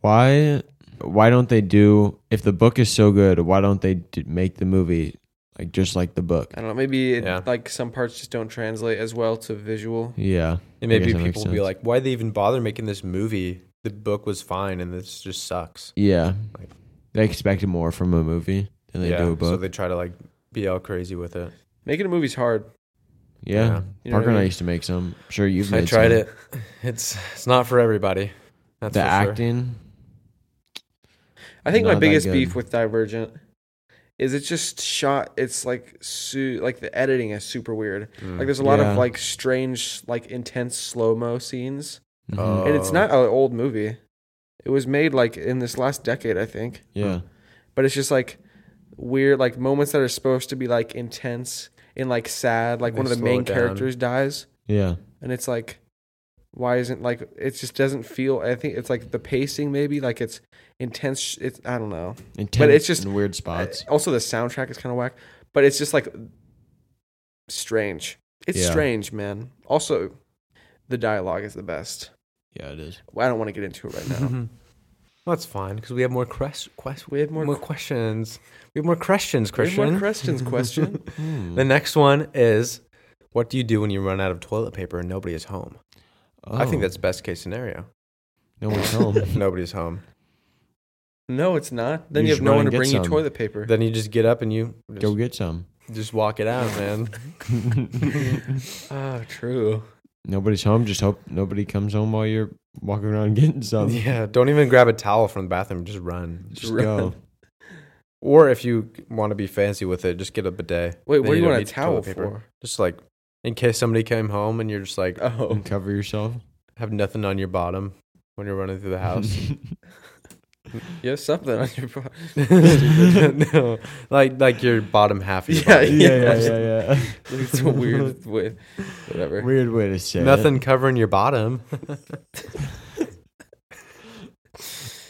S1: Why? Why don't they do? If the book is so good, why don't they d- make the movie like just like the book?
S2: i don't know maybe it,
S3: Yeah.
S2: like some parts just don't translate as well to visual
S1: Yeah.
S3: and
S1: I guess
S3: maybe
S1: that makes
S3: people will be
S1: sense.
S3: like, why they even bother making this movie? The book was fine, and this just sucks.
S1: Yeah.
S3: Like-
S1: They expect more from a movie than they
S3: yeah,
S1: do a book.
S3: so they try to like be all crazy with it.
S2: making a movie's hard
S1: yeah.
S3: Yeah.
S2: You know what
S1: Parker
S2: I
S1: and I
S2: mean?
S1: used to make some. I'm sure you've.
S3: I
S1: made
S3: tried
S1: some.
S3: it. It's it's not for everybody. That's
S1: the
S3: for sure.
S1: acting.
S2: i think
S1: Not
S2: my
S1: that
S2: biggest
S1: good.
S2: beef with divergent is it's just shot it's like su- like the editing is super weird
S3: Mm.
S2: like there's a lot
S1: Yeah.
S2: of like strange like intense slow-mo scenes
S1: Mhm.
S3: Uh,
S2: and it's
S3: Oh.
S2: not an old movie. It was made like in this last decade, I think.
S1: yeah.
S2: But it's just like weird, like moments that are supposed to be like intense and like sad. Like
S3: They
S2: one of the
S3: slow
S2: main
S3: it down.
S2: characters dies,
S1: Yeah.
S2: and it's like, why isn't like it just doesn't feel? I think it's like the pacing, maybe like it's intense. It's I don't know.
S1: Intense
S2: just-
S1: in weird spots.
S2: Uh, Also, the soundtrack is kind of whack, but it's just like strange. It's
S1: Yeah.
S2: strange, man. Also, the dialogue is the best.
S1: yeah, it is.
S2: I don't want to get into it right now.
S3: well, that's fine because we have more quest, quest
S2: We have
S3: more,
S2: more,
S3: questions. We have more questions,
S2: we have more
S3: Christian.
S2: questions. Question.
S1: Hmm.
S3: The next one is, what do you do when you run out of toilet paper and nobody is home? I
S1: Oh,
S3: think that's best case scenario.
S1: no one's home.
S3: Nobody's home.
S2: No, it's not. Then
S1: You
S2: you,
S1: just
S2: have no
S1: run
S2: one
S1: and
S2: to
S1: get
S2: bring
S1: some.
S2: you toilet paper.
S3: Then you just get up and you just,
S1: Go get some.
S3: just walk it out, man.
S2: Ah, true.
S1: Nobody's home. Just hope nobody comes home while you're walking around getting some.
S3: yeah, don't even grab a towel from the bathroom. Just run.
S1: Just go.
S3: Or if you want to be fancy with it, just get a bidet.
S2: Wait,
S3: Then
S2: what do you
S3: don't
S2: want a
S3: need
S2: towel
S3: toilet paper.
S2: for?
S3: Just like in case somebody came home and you're just like
S2: Oh,
S1: and cover yourself.
S3: have nothing on your bottom when you're running through the house.
S2: you have something on your bra.
S3: no, like like your bottom half. Of your
S2: Yeah,
S3: body.
S1: yeah, yeah, yeah,
S2: It's a weird way.
S1: yeah.
S2: Whatever.
S1: Weird way to say it.
S3: Nothing covering your bottom.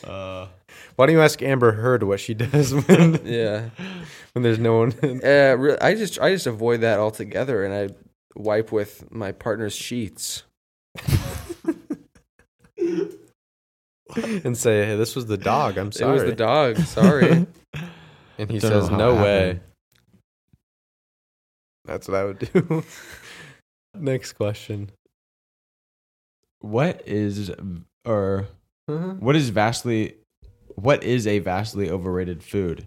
S1: Uh,
S3: Why don't you ask Amber Heard what she does when,
S2: Yeah.
S3: when there's no one?
S2: Uh, re- I just I just avoid that altogether, and I wipe with my partner's sheets.
S3: and say, "Hey, this was the dog. I'm sorry."
S2: It was the dog. Sorry.
S3: And he
S1: Don't know
S3: says,
S1: how
S3: "No
S1: it
S3: way."
S1: happened.
S3: That's what I would do. Next question.
S1: What is or
S3: Mm-hmm.
S1: what is vastly what is a vastly overrated food?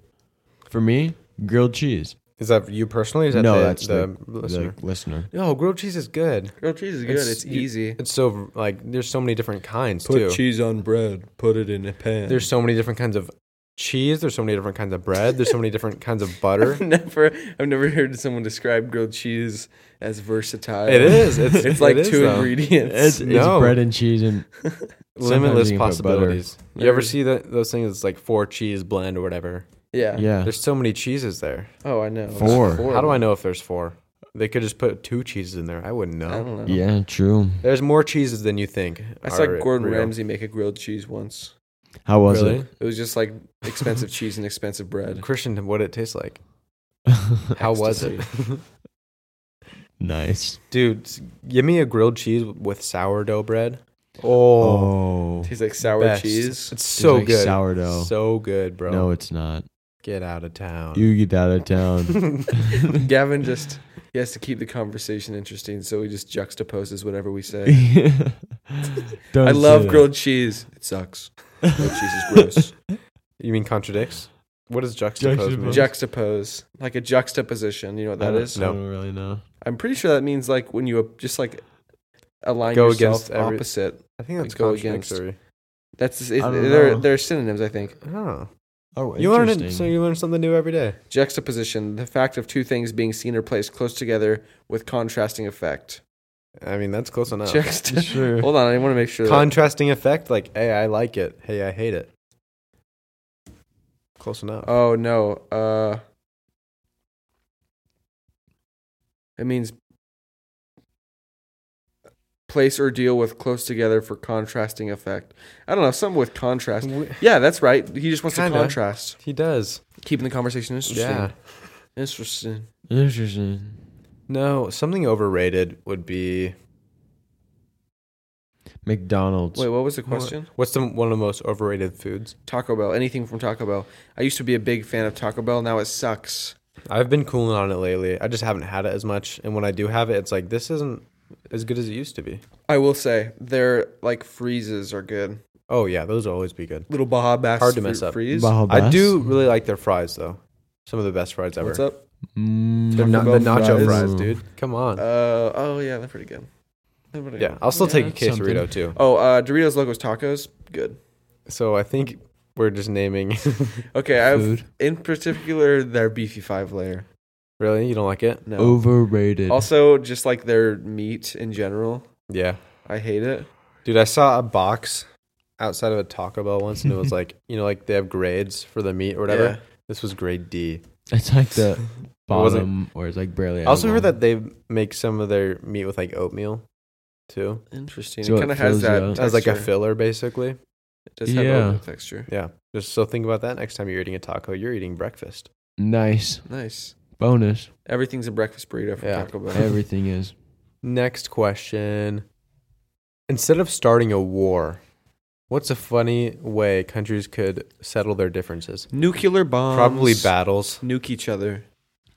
S1: For me, grilled cheese.
S3: Is that you personally? Is that
S1: no,
S3: the,
S1: that's the, the
S3: listener?
S1: listener. listener.
S3: no, grilled cheese is good.
S2: Grilled cheese is good.
S3: It's-
S2: It's, easy.
S3: It's so like there's so many different kinds too.
S2: cheese on bread. Put it in a pan.
S3: There's so many different kinds of cheese. There's so many different kinds of bread. There's so many different kinds of butter.
S2: I've never, I've never heard someone describe grilled cheese as versatile.
S3: It is. It's
S2: It's like
S3: it is,
S2: two
S3: though.
S2: ingredients.
S1: It's,
S3: no.
S1: it's bread and cheese and Sometimes
S3: Limitless
S1: you can put butter.
S3: possibilities. You ever
S2: There's-
S3: see that those things? It's like four cheese blend or whatever.
S2: yeah.
S1: yeah.
S3: There's so many cheeses there.
S2: Oh, I know.
S1: Four.
S3: How do I know if there's four? They could just put two cheeses in there. I wouldn't know.
S2: I don't know.
S1: Yeah, true.
S3: There's more cheeses than you think.
S2: I
S3: are
S2: saw Gordon
S3: real.
S2: Ramsay make a grilled cheese once.
S1: How was
S3: Really?
S1: it?
S2: It was just like expensive cheese and expensive bread.
S3: Christian, what it taste like? How was it?
S1: nice.
S3: Dude, s- give me a grilled cheese with sourdough bread. Oh,
S1: Oh,
S2: Tastes like sour
S3: best.
S2: cheese.
S3: It's so
S1: like
S3: good.
S1: sourdough.
S3: So good, bro.
S1: no, it's not.
S3: Get out of town.
S1: You get out of town.
S2: Gavin just he has to keep the conversation interesting, so he just juxtaposes whatever we say.
S1: Don't
S2: I
S1: say
S2: love
S1: that.
S2: grilled cheese. It sucks. Grilled cheese is gross.
S3: You mean contradicts? What does juxtapose mean?
S1: Juxtapose.
S2: Juxtapose, like a juxtaposition. You know what
S1: I
S2: that
S1: don't-
S2: is?
S1: I
S3: No.
S1: don't really know.
S2: I'm pretty sure that means like when you uh, just like align
S3: Go
S2: yourself
S3: against every-
S2: opposite.
S3: I think that's
S2: Like, go against-
S3: contradictory.
S2: That's it,
S1: I don't
S2: they're
S1: know.
S2: they're synonyms. I think
S3: Oh,
S1: Oh,
S3: you learn it, so
S1: interesting.
S3: you learn something new every day.
S2: juxtaposition, the fact of two things being seen or placed close together with contrasting effect.
S3: I mean, that's close enough.
S2: Juxt-
S1: Sure.
S2: Hold on, I want to make sure. that-
S3: Contrasting effect, like, hey, I like it. Hey, I hate it. Close enough.
S2: Oh no. Uh It means place or deal with close together for contrasting effect. I don't know, something with contrast.
S3: W-
S2: Yeah, that's right. He just wants
S3: Kinda.
S2: to contrast.
S3: He does.
S2: Keeping the conversation interesting.
S3: Yeah.
S2: Interesting.
S1: Interesting.
S3: No, something overrated would be.
S1: McDonald's.
S2: Wait, what was the question?
S3: What's the, one of the most overrated foods?
S2: Taco Bell. Anything from Taco Bell. I used to be a big fan of Taco Bell. Now it sucks.
S3: I've been cooling on it lately. I just haven't had it as much, and when I do have it, it's like this isn't as good as it used to be.
S2: I will say their like freezes are good.
S3: Oh yeah, those will always be good.
S2: Little Baja Bass
S3: Hard to
S2: fr-
S3: mess up.
S2: freeze.
S1: Baja
S3: I do
S1: Blast?
S3: really like their fries though. Some of the best fries ever.
S2: What's up?
S1: Mm,
S3: They're not- the
S2: Taco Bell
S3: nacho
S2: fries.
S3: fries,
S1: Ooh.
S3: dude. Come on.
S2: Uh, oh yeah, they're pretty good. They're pretty
S3: yeah,
S2: good.
S3: I'll still
S1: yeah,
S3: take a
S1: that's
S3: quesarito
S1: something.
S3: too.
S2: Oh, uh, Doritos Locos Tacos, good.
S3: So I think we're just naming.
S2: Okay, I have
S1: Food.
S2: in particular their beefy five layer.
S3: really, you don't like it?
S2: No.
S1: Overrated.
S2: Also, just like their meat in general,
S3: Yeah,
S2: I hate it.
S3: dude. I saw a box outside of a Taco Bell once, and it was like you know, like they have grades for the meat or whatever.
S2: Yeah.
S3: This was grade D.
S1: it's like the
S3: wasn't-
S1: bottom, or it's like barely.
S3: I also heard
S1: edible.
S3: that they make some of their meat with like oatmeal too.
S2: Interesting.
S1: So
S2: it
S1: it
S2: kind of has
S1: fills you
S2: that.
S1: up.
S3: As like a
S2: texture.
S3: filler, basically.
S2: It does have
S1: Yeah.
S2: yeah. texture.
S3: Yeah. Just so think about that next time you're eating a taco, you're eating breakfast.
S1: nice
S2: Nice.
S1: bonus.
S2: Everything's a breakfast burrito from
S3: Yeah.
S2: Taco Bell.
S1: Everything is.
S3: Next question. Instead of starting a war, what's a funny way countries could settle their differences?
S2: Nuclear bombs.
S3: Probably battles.
S2: Nuke each other.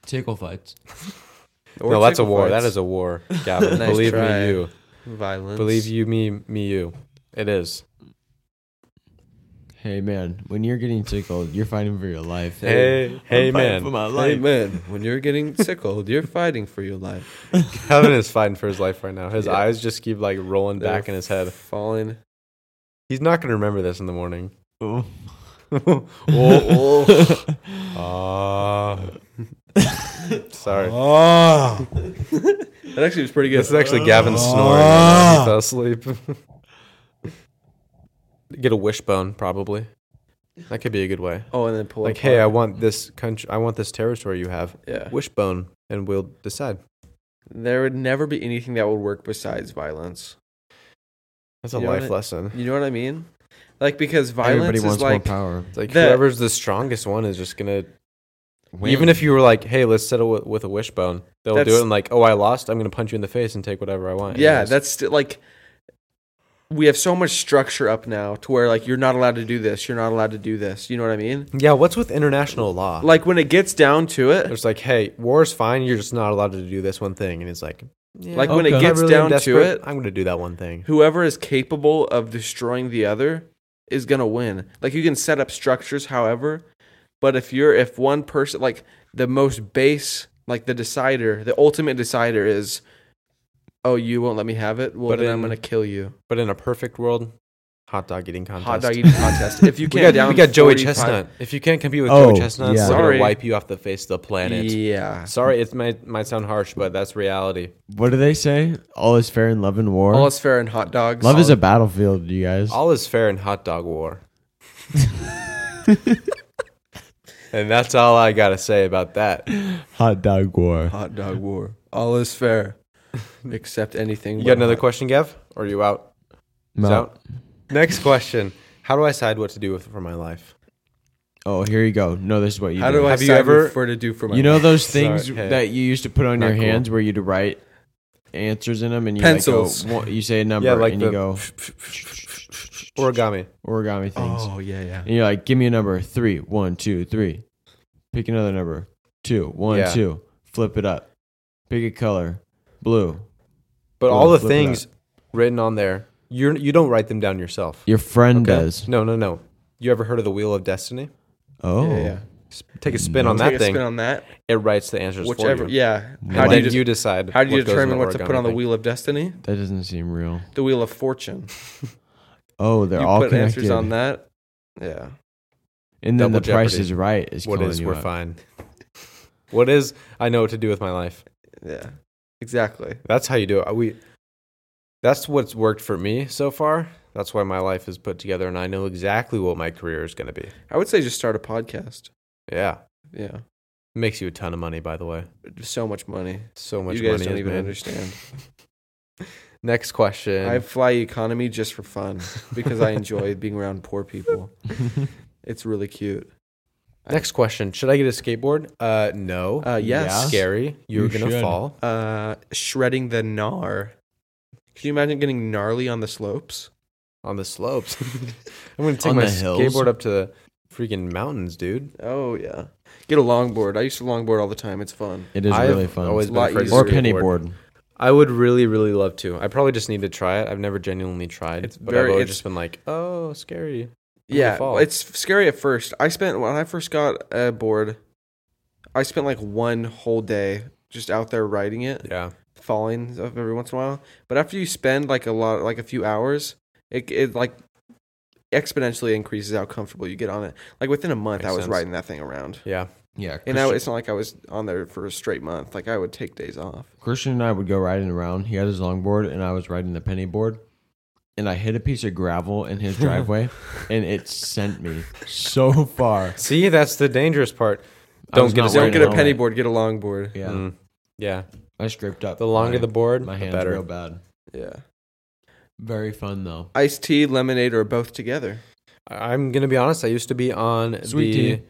S1: Tickle fights.
S2: Or
S3: no, that's a
S2: tickle
S3: war.
S2: fights.
S3: That is a war, Gavin.
S2: Nice
S3: Believe
S2: try.
S3: me, you.
S2: violence.
S3: Believe you, me, me, you. It is.
S1: Hey man, when you're getting tickled, you're fighting for your life.
S3: Hey, hey,
S1: I'm fighting for
S3: man.
S1: my
S2: Hey
S1: life.
S2: man, when you're getting tickled, you're fighting for your life.
S3: Gavin is fighting for his life right now. His
S2: Yeah.
S3: eyes just keep like rolling
S2: They're
S3: back in his head.
S2: Falling.
S3: He's not going to remember this in the morning.
S1: Oh.
S3: oh, oh.
S2: Uh,
S3: Ah. sorry.
S1: Ah.
S2: That actually was pretty good.
S3: This is actually Gavin snoring. right
S2: Ah.
S3: now. He fell asleep. Get a wishbone, probably. That could be a good way.
S2: Oh, and then pull.
S3: Like,
S2: it
S3: hey, I
S2: apart.
S3: want this country. I want this territory you have.
S2: yeah.
S3: Wishbone, and we'll decide.
S2: There would never be anything that would work besides violence.
S3: That's a
S2: You know
S3: life
S2: what I-
S3: lesson.
S2: You know what I mean? Like because violence
S1: Everybody
S2: is
S1: wants
S2: like
S1: more power.
S3: It's like
S2: That-
S3: whoever's the strongest one is just gonna. Even if you were like, "Hey, let's settle with, with a wishbone," they'll do
S2: That's-
S3: it and like, "Oh, I lost. I'm gonna punch you in the face and take whatever I want."
S2: yeah,
S3: anyways."
S2: that's still like we have so much structure up now to where like you're not allowed to do this, you're not allowed to do this. You know what I mean?
S3: yeah. What's with international law?
S2: Like when it gets down to it,
S3: It's like, hey, war's fine. You're just not allowed to do this one thing. And it's like, yeah,
S2: Like, when
S1: it
S3: I
S1: gets
S2: down
S3: am
S2: to
S3: desperate,
S2: it-
S3: I'm going to do that one thing.
S2: whoever is capable of destroying the other is gonna win. Like you can set up structures, however, but if you're if one person like the most base, like the decider, the ultimate decider is, oh, you won't let me have it. Well,
S3: But
S2: then
S3: in
S2: I'm gonna kill you.
S3: But in a perfect world, hot dog eating contest.
S2: Hot dog eating contest. If you
S3: We got,
S2: can't, down
S3: we got Joey
S2: 45
S3: Chestnut. If you can't compete with
S1: Oh,
S3: Joey Chestnut,
S1: yeah.
S3: we're going
S2: Sorry.
S3: to wipe you off the face of the planet.
S2: Yeah.
S3: Sorry, it might, might sound harsh, but that's reality.
S1: what do they say? All is fair in love and war.
S2: All is fair in hot dogs.
S1: love is a battlefield, you guys.
S3: All is fair in hot dog war. and that's all I got to say about that.
S1: Hot dog war.
S2: hot dog war. All is fair, except anything.
S3: You
S2: but
S3: got another
S2: hot-
S3: question, Gav? Or are you out?
S1: No.
S3: out. Next question. How do I decide what to do with for my life?
S1: Oh, here you go. No, this is what you
S2: How
S1: do.
S2: do I
S3: Have you
S2: decide
S3: ever-
S2: what to do for my
S1: you know those things
S3: Sorry. Hey.
S1: that you used to put on
S3: Not
S1: your
S3: cool.
S1: hands where you'd write answers in them and you
S2: Pencils.
S1: Like go, one- you say a number
S3: like
S1: and
S3: the-
S1: you go
S3: Origami.
S1: origami things.
S2: Oh yeah, yeah.
S1: And you're like, give me a number. Three, one, two, three. Pick another number. Two, one,
S3: Yeah.
S1: two. Flip it up. Pick a color. Blue.
S3: But
S1: Well,
S3: all the
S1: flip it
S3: things written on there, you you don't write them down yourself.
S1: Your friend
S3: Okay?
S1: does.
S3: No, no, no. You ever heard of the Wheel of Destiny?
S1: Oh.
S2: Yeah, yeah.
S3: S- Take a spin on
S2: Take
S3: that
S2: a
S3: thing.
S2: spin on that.
S3: it writes the answers
S2: Whichever.
S3: for you.
S2: Yeah.
S3: How
S2: How
S1: Like
S2: do you,
S3: did
S2: just,
S3: you decide?
S2: how do you
S3: what goes in
S2: determine what to
S3: origami
S2: put on the
S3: thing?
S2: wheel of destiny?
S1: That doesn't seem real.
S2: The wheel of fortune.
S1: Oh, they're
S2: you
S1: all
S2: put
S1: connected.
S2: answers on that. Yeah.
S1: And then
S3: Double
S1: the price
S3: Jeopardy.
S1: is right is
S3: What
S1: calling
S3: is
S1: you
S3: we're
S1: out.
S3: fine. What is I know what to do with my life.
S2: Yeah. Exactly.
S3: That's how you do it. We That's what's worked for me so far. That's why my life is put together and I know exactly what my career is going to be.
S2: I would say just start a podcast.
S3: Yeah.
S2: Yeah.
S3: Makes you a ton of money by the way.
S2: So much money.
S3: So much
S2: you guys
S3: money
S2: don't
S3: is
S2: even
S3: made.
S2: understand.
S3: Next question.
S2: I fly economy just for fun because I enjoy being around poor people. It's really cute.
S3: Next question. Should I get a skateboard? Uh no.
S2: Uh, yes.
S1: Yeah.
S3: Scary. You're
S1: You
S3: going to
S1: should.
S3: fall.
S2: Uh, shredding the gnar. Could you imagine getting gnarly on the slopes?
S3: on the slopes. I'm gonna take
S1: On
S3: my
S1: the hills?
S3: skateboard up to the freaking mountains, dude.
S2: Oh yeah. Get a longboard. I used to longboard all the time. It's fun.
S1: It is
S3: I've
S1: really fun.
S3: Always
S2: It's a
S3: been
S2: lot
S3: afraid of
S2: easier.
S1: or
S3: skateboard.
S1: penny board.
S3: I would really, really love to. I probably just need to try it. I've never genuinely tried.
S2: It's
S3: but
S2: very-
S3: I've always
S2: it's-
S3: just been like, oh, scary.
S2: Yeah,
S3: fall.
S2: well, it's scary at first. I spent when I first got a board, I spent like one whole day just out there riding it,
S3: Yeah.
S2: falling stuff every once in a while. But after you spend like a lot, like a few hours, it it like exponentially increases how comfortable you get on it. Like within a month,
S3: Makes
S2: I was
S3: sense.
S2: riding that thing around,
S3: Yeah.
S1: Yeah.
S2: and
S1: Christian,
S2: now it's not like I was on there for a straight month. Like I would take days off.
S1: Christian and I would go riding around. He had his longboard and I was riding the penny board. And I hit a piece of gravel in his driveway and it sent me so far.
S3: See, that's the dangerous part.
S1: I
S3: Don't
S1: was
S3: get
S1: not wearing
S3: a
S2: Don't
S1: Right
S2: get a
S1: now,
S2: penny
S1: like-
S2: board, get a long board.
S1: Yeah.
S3: Mm. Yeah.
S1: I scraped up.
S3: The longer
S1: my,
S3: the board,
S1: my
S3: the
S1: hands
S3: better.
S1: real bad.
S2: Yeah,
S1: Very fun though.
S2: iced tea, lemonade, or both together.
S3: I- I'm gonna be honest. I used to be on
S1: Sweet
S3: the.
S1: tea.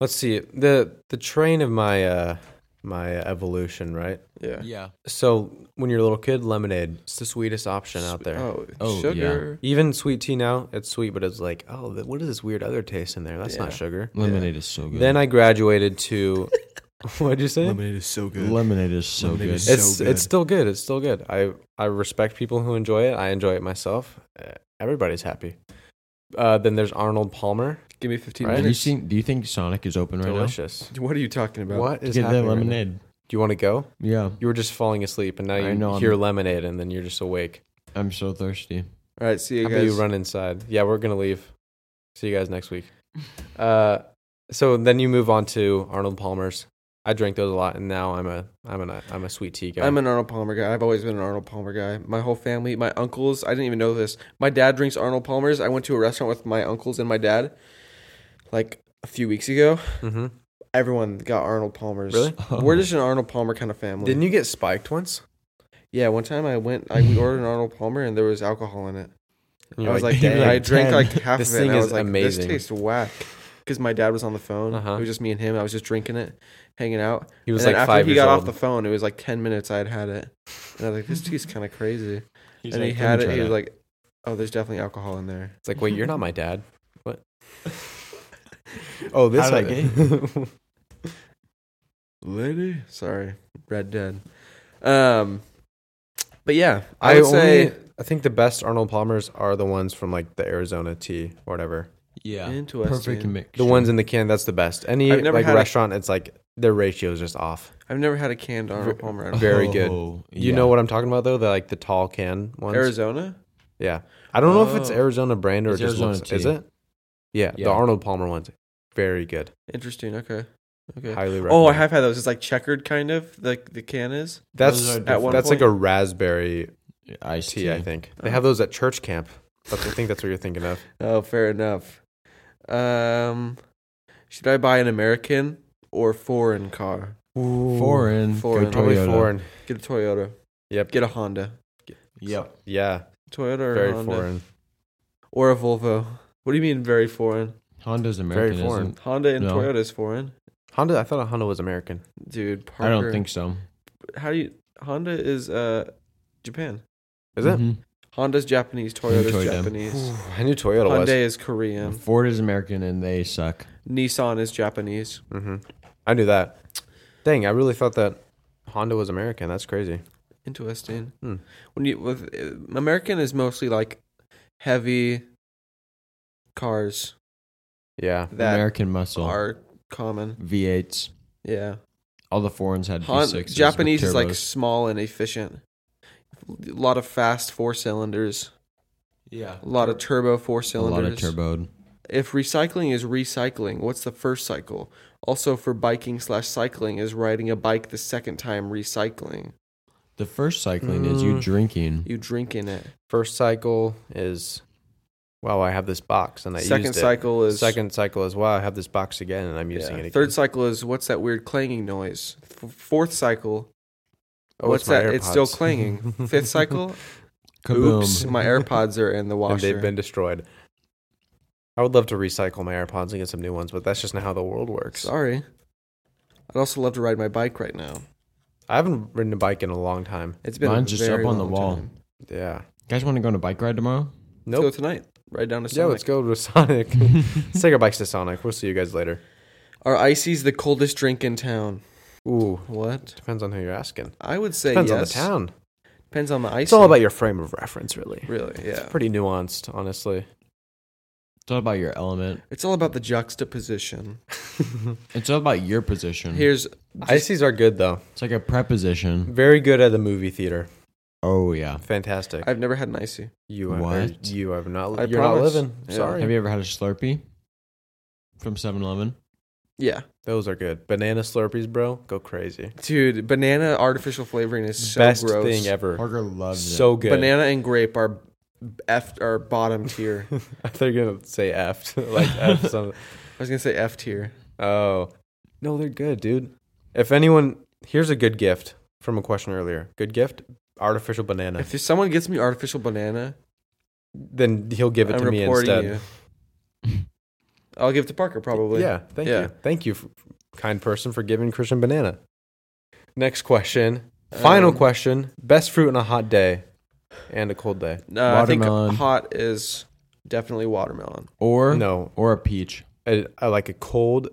S3: Let's see the the train of my uh my evolution, right?
S2: Yeah.
S1: Yeah.
S3: So when you're a little kid, lemonade it's the sweetest option out there.
S2: Oh,
S1: Oh, yeah.
S2: sugar.
S3: Even sweet tea now, it's sweet, but it's like, oh, th- what is this weird other taste in there? That's not
S2: Yeah.
S3: sugar.
S1: Lemonade is so good.
S3: Then I graduated to what'd you say?
S4: Lemonade is so good.
S1: lemonade is so
S4: Lemonade
S1: good.
S4: is
S3: It's
S4: so good.
S3: it's still good. It's still good. I I respect people who enjoy it. I enjoy it myself. Uh, Everybody's happy. Uh, then there's Arnold Palmer.
S2: Give me 15
S3: Right?
S1: do you
S2: minutes.
S1: think do you think Sonic is open right
S3: Delicious.
S2: What are you talking about?
S3: What
S1: now?
S3: is
S1: Get that
S3: happening? right now?
S1: lemonade.
S3: Do you want to go?
S1: Yeah.
S3: You were just falling asleep, and now
S1: I
S3: you
S1: know, I'm-
S3: hear lemonade, and then you're just awake.
S1: I'm so thirsty.
S2: All right, see you
S3: How about
S2: guys.
S3: you run inside? Yeah, we're gonna leave. See you guys next week. Uh, so then you move on to Arnold Palmer's. I drink those a lot, and now I'm a I'm an I'm a sweet tea guy.
S2: I'm an Arnold Palmer guy. I've always been an Arnold Palmer guy. My whole family, my uncles, I didn't even know this. My dad drinks Arnold Palmer's. I went to a restaurant with my uncles and my dad like a few weeks ago.
S3: mm-hmm.
S2: Everyone got Arnold Palmer's.
S3: Really?
S2: We're just an Arnold Palmer kind of family.
S3: Didn't you get spiked once?
S2: Yeah, one time I went, I we ordered an Arnold Palmer and there was alcohol in it.
S3: And
S2: I
S3: you're
S2: was like,
S1: "You're
S2: dang,
S1: like
S2: I drank
S1: 10.
S2: like half
S3: This
S2: of it. and
S3: thing
S2: I
S3: is
S2: was like,
S3: amazing.
S2: This tastes whack. Because my dad was on the phone.
S3: Uh-huh.
S2: It was just me and him. I was just drinking it, hanging out.
S3: he was
S2: and then
S3: like
S2: after
S3: five
S2: he
S3: years
S2: got
S3: old.
S2: off the phone, it was like ten minutes I had had it, and I was like, "This tastes kind of crazy."
S1: He's
S2: and he
S1: like, "Let me
S2: had it.
S1: try
S2: He was
S1: that."
S2: like, "Oh, there's definitely alcohol in there."
S3: it's like, wait, you're not my dad. What? oh, this
S1: How'd I
S3: I
S2: Lady, sorry, Red Dead. Um, but yeah, I,
S3: I
S2: would
S3: only,
S2: say
S3: I think the best Arnold Palmers are the ones from like the Arizona tea or whatever.
S1: Yeah.
S2: interesting.
S1: Perfect mix.
S3: The ones in the can, that's the best. Any
S2: I've never
S3: like
S2: had a-
S3: restaurant, it's like their ratio is just off.
S2: I've never had a canned Arnold
S3: Ver-
S2: Palmer. out of
S3: very good.
S1: Oh,
S3: You
S1: yeah.
S3: know what I'm talking about though? The like the tall can ones.
S2: Arizona.
S3: Yeah. I don't know if it's
S2: Oh.
S3: Arizona brand or
S1: It's
S3: it just
S1: Arizona
S3: looks. Is
S1: tea.
S3: it? Yeah,
S1: Yeah.
S3: the Arnold Palmer ones, very good.
S2: Interesting. Okay. Okay.
S3: Highly recommend.
S2: Oh, I have had those. It's like checkered, kind of like the can is.
S3: That's
S1: Those are
S2: At one
S3: that's
S2: point-
S3: like a raspberry
S1: Iced
S3: tea, I think. They
S2: Oh.
S3: have those at church camp. That's, I think that's what you're thinking of.
S2: Oh, fair enough. Um, should I buy an American or foreign car?
S1: Foreign.
S2: Foreign.
S1: Go
S3: Probably
S1: Toyota.
S3: foreign.
S2: Get a Toyota.
S3: Yep.
S2: Get a Honda.
S1: Yep.
S3: Yeah.
S2: Toyota or
S3: Very
S2: Honda?
S3: foreign.
S2: Or a Volvo. What do you mean very foreign?
S1: Honda's American.
S3: Very foreign.
S1: isn't it?
S2: Honda and
S1: No.
S2: Toyota is foreign.
S3: Honda. I thought a Honda was American.
S2: Dude, Parker.
S1: I don't think so.
S2: How do you Honda is uh Japan.
S3: Is it?
S1: Mhm.
S2: Honda's Japanese, Toyota's
S1: Toyota.
S2: Japanese.
S3: I knew Toyota
S2: Hyundai is Korean.
S1: Ford is American and they suck.
S2: Nissan is Japanese.
S3: was. hmm I knew that. Dang, I really thought that Honda was American. That's crazy.
S2: Interesting.
S3: Hmm.
S2: When you with uh, American is mostly like heavy cars
S3: Yeah.
S2: that
S1: American muscle.
S2: are common.
S1: V8s.
S2: Yeah.
S1: All the foreigns had
S2: Han-
S1: V6s. with
S2: Japanese is like
S1: turbos.
S2: small and efficient. A lot of fast four cylinders.
S1: yeah,
S2: A lot of turbo four
S1: a lot of
S2: cylinders.
S1: turboed.
S2: If recycling is recycling, what's the first cycle? Also, for biking slash cycling is riding a bike the second time recycling.
S1: The first cycling is you
S3: Mm.
S1: drinking.
S2: You drink in it.
S3: First cycle is, wow, I have this box and I
S2: second
S3: used it.
S2: cycle is
S3: Second cycle is, wow, I have this box again and I'm using
S2: yeah.
S3: it again.
S2: Third cycle is what's that weird clanging noise? F- fourth cycle,
S3: Oh,
S2: what's
S3: it's my
S2: that? It's still
S3: AirPods.
S2: clanging. Fifth cycle,
S1: Kaboom.
S2: oops, my AirPods are in the
S3: and
S2: washer.
S3: they've been destroyed. I would love to recycle my AirPods and get some new ones, but that's just not how the world works.
S2: Sorry. I'd also love to ride my bike right now.
S3: I haven't ridden a bike in a long time.
S2: It's been
S1: Mine's
S2: a
S1: just
S2: very
S1: up on the
S2: long
S1: wall.
S2: time.
S3: Yeah.
S1: guys want to go on a bike ride tomorrow?
S2: Let's
S3: Nope.
S2: go tonight. Right down to
S3: Yeah,
S2: Sonic.
S3: let's go to Sonic. let's take our bikes to Sonic. We'll see you guys later.
S2: Our icy's the coldest drink in town.
S3: Ooh,
S2: What?
S3: depends on who you're asking.
S2: I would say
S3: Depends
S2: yes.
S3: on the town.
S2: Depends on the icy.
S3: It's all about your frame of reference, really.
S2: really. Yeah.
S3: Pretty nuanced, honestly.
S1: It's all about your element.
S2: It's all about the juxtaposition.
S1: It's all about your
S3: Mm-hmm.
S1: position.
S2: Here's
S3: Ices are good though.
S1: It's like a preposition.
S3: Very good at the movie theater.
S1: Oh yeah.
S3: Fantastic.
S2: I've never had an icy.
S3: you are
S1: What?
S3: you have not
S2: I
S3: you're
S2: promise.
S3: not living.
S2: Yeah.
S3: Sorry.
S1: Have you ever had a Slurpee from 7-Eleven?
S2: Yeah.
S3: Those are good. Banana Slurpees, bro. Go crazy.
S2: Dude, banana artificial flavoring is so
S3: Best
S2: gross.
S3: thing ever.
S1: Parker loves it.
S3: So good.
S2: Banana and grape are F are bottom tier. I
S3: I thought you were gonna say F like F something.
S2: was gonna say F tier.
S3: Oh. No, they're good, dude. If anyone here's a good gift from a question earlier. Good gift? Artificial banana.
S2: If someone gets me artificial banana,
S3: then he'll give it
S2: I'm
S3: to me
S2: reporting
S3: instead.
S2: you. I'll give it to Parker probably.
S3: Yeah, thank
S2: Yeah.
S3: you. Thank you, f- kind person, for giving Christian banana. Next question.
S2: Um,
S3: Final question. Best fruit on a hot day and a cold day.
S2: No, I think
S1: Watermelon.
S2: hot is definitely watermelon.
S1: Or
S3: No,
S1: or a peach.
S3: I, I like a cold,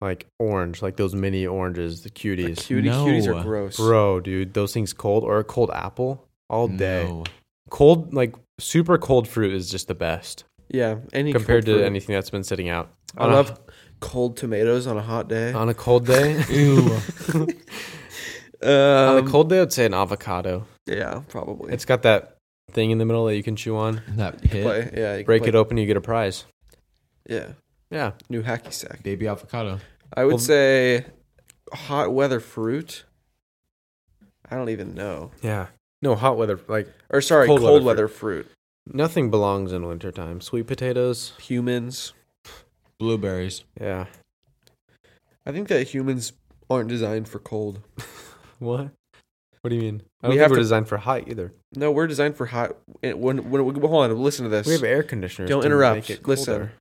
S3: like orange, like those mini oranges, the
S2: The
S3: cuties.
S2: cutie
S1: No.
S2: cuties are gross.
S3: Bro, dude, those things cold or a cold apple all day.
S1: No.
S3: Cold, like super cold fruit is just the best
S2: Yeah, any
S3: compared
S2: cold
S3: to
S2: fruit.
S3: anything that's been sitting out.
S2: I
S3: On a-
S2: love cold tomatoes on a hot day.
S3: on a cold day.
S1: Ew.
S3: on
S2: Um,
S3: a cold day, I'd say an avocado.
S2: yeah, probably.
S3: It's got that thing in the middle that you can chew on.
S1: that pit.
S2: play. Yeah, you can
S3: break
S2: play-
S3: it open, you get a prize.
S2: Yeah,
S3: Yeah.
S2: new hacky sack.
S1: Baby avocado.
S2: I would
S3: Well-
S2: say hot weather fruit. I don't even know.
S3: Yeah. No, hot weather. Like,
S2: Or sorry, cold,
S3: Cold
S2: weather,
S3: weather
S2: fruit.
S3: nothing belongs in wintertime. Sweet potatoes.
S2: Humans.
S1: Blueberries.
S3: Yeah.
S2: I think that humans aren't designed for cold.
S3: What? What do you mean? I
S2: We
S3: don't
S2: have
S3: think we're
S2: to-
S3: designed for hot either.
S2: No, we're designed for hot. and When when we hold on, listen to this.
S3: We have air conditioners.
S2: Don't
S3: to
S2: interrupt.
S3: make it
S2: Listen.
S3: colder.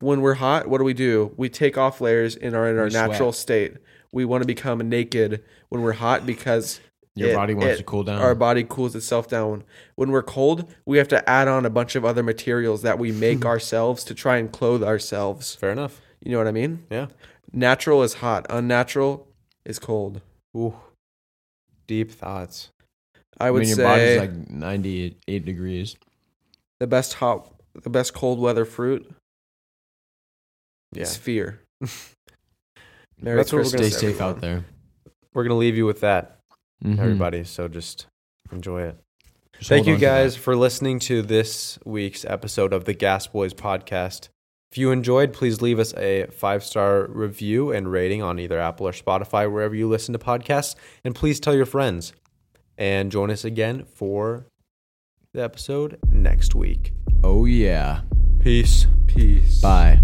S2: when we're hot, what do we do? We take off layers and are in our
S1: We sweat.
S2: natural state. We want to become naked when we're hot because
S1: Your
S2: It-
S1: body wants
S2: it-
S1: to cool down.
S2: our body cools itself down. When we're cold, we have to add on a bunch of other materials that we make ourselves to try and clothe ourselves.
S3: Fair enough.
S2: You know what I mean?
S3: Yeah.
S2: Natural is hot. Unnatural is cold.
S3: Ooh. Deep thoughts.
S2: I would
S1: when your
S2: say
S1: body's like 98 degrees.
S2: the best hot, the best cold weather fruit
S3: Yeah.
S2: is fear. Merry
S3: That's what we're
S1: Stay
S3: gonna
S2: Christmas,
S1: safe
S2: everyone.
S1: out there.
S3: We're going to leave you with that,
S1: Mhm.
S3: everybody. So just enjoy Mm-hmm. it.
S1: Mm-hmm. Just
S3: Thank
S1: hold
S3: you
S1: on to
S3: guys
S1: that.
S3: for listening to this week's episode of the Gas Boys podcast. If you enjoyed, please leave us a five star review and rating on either Apple or Spotify, wherever you listen to podcasts. And please tell your friends. And join us again for the episode next week.
S1: Oh yeah.
S3: Peace.
S2: Peace.
S1: Bye.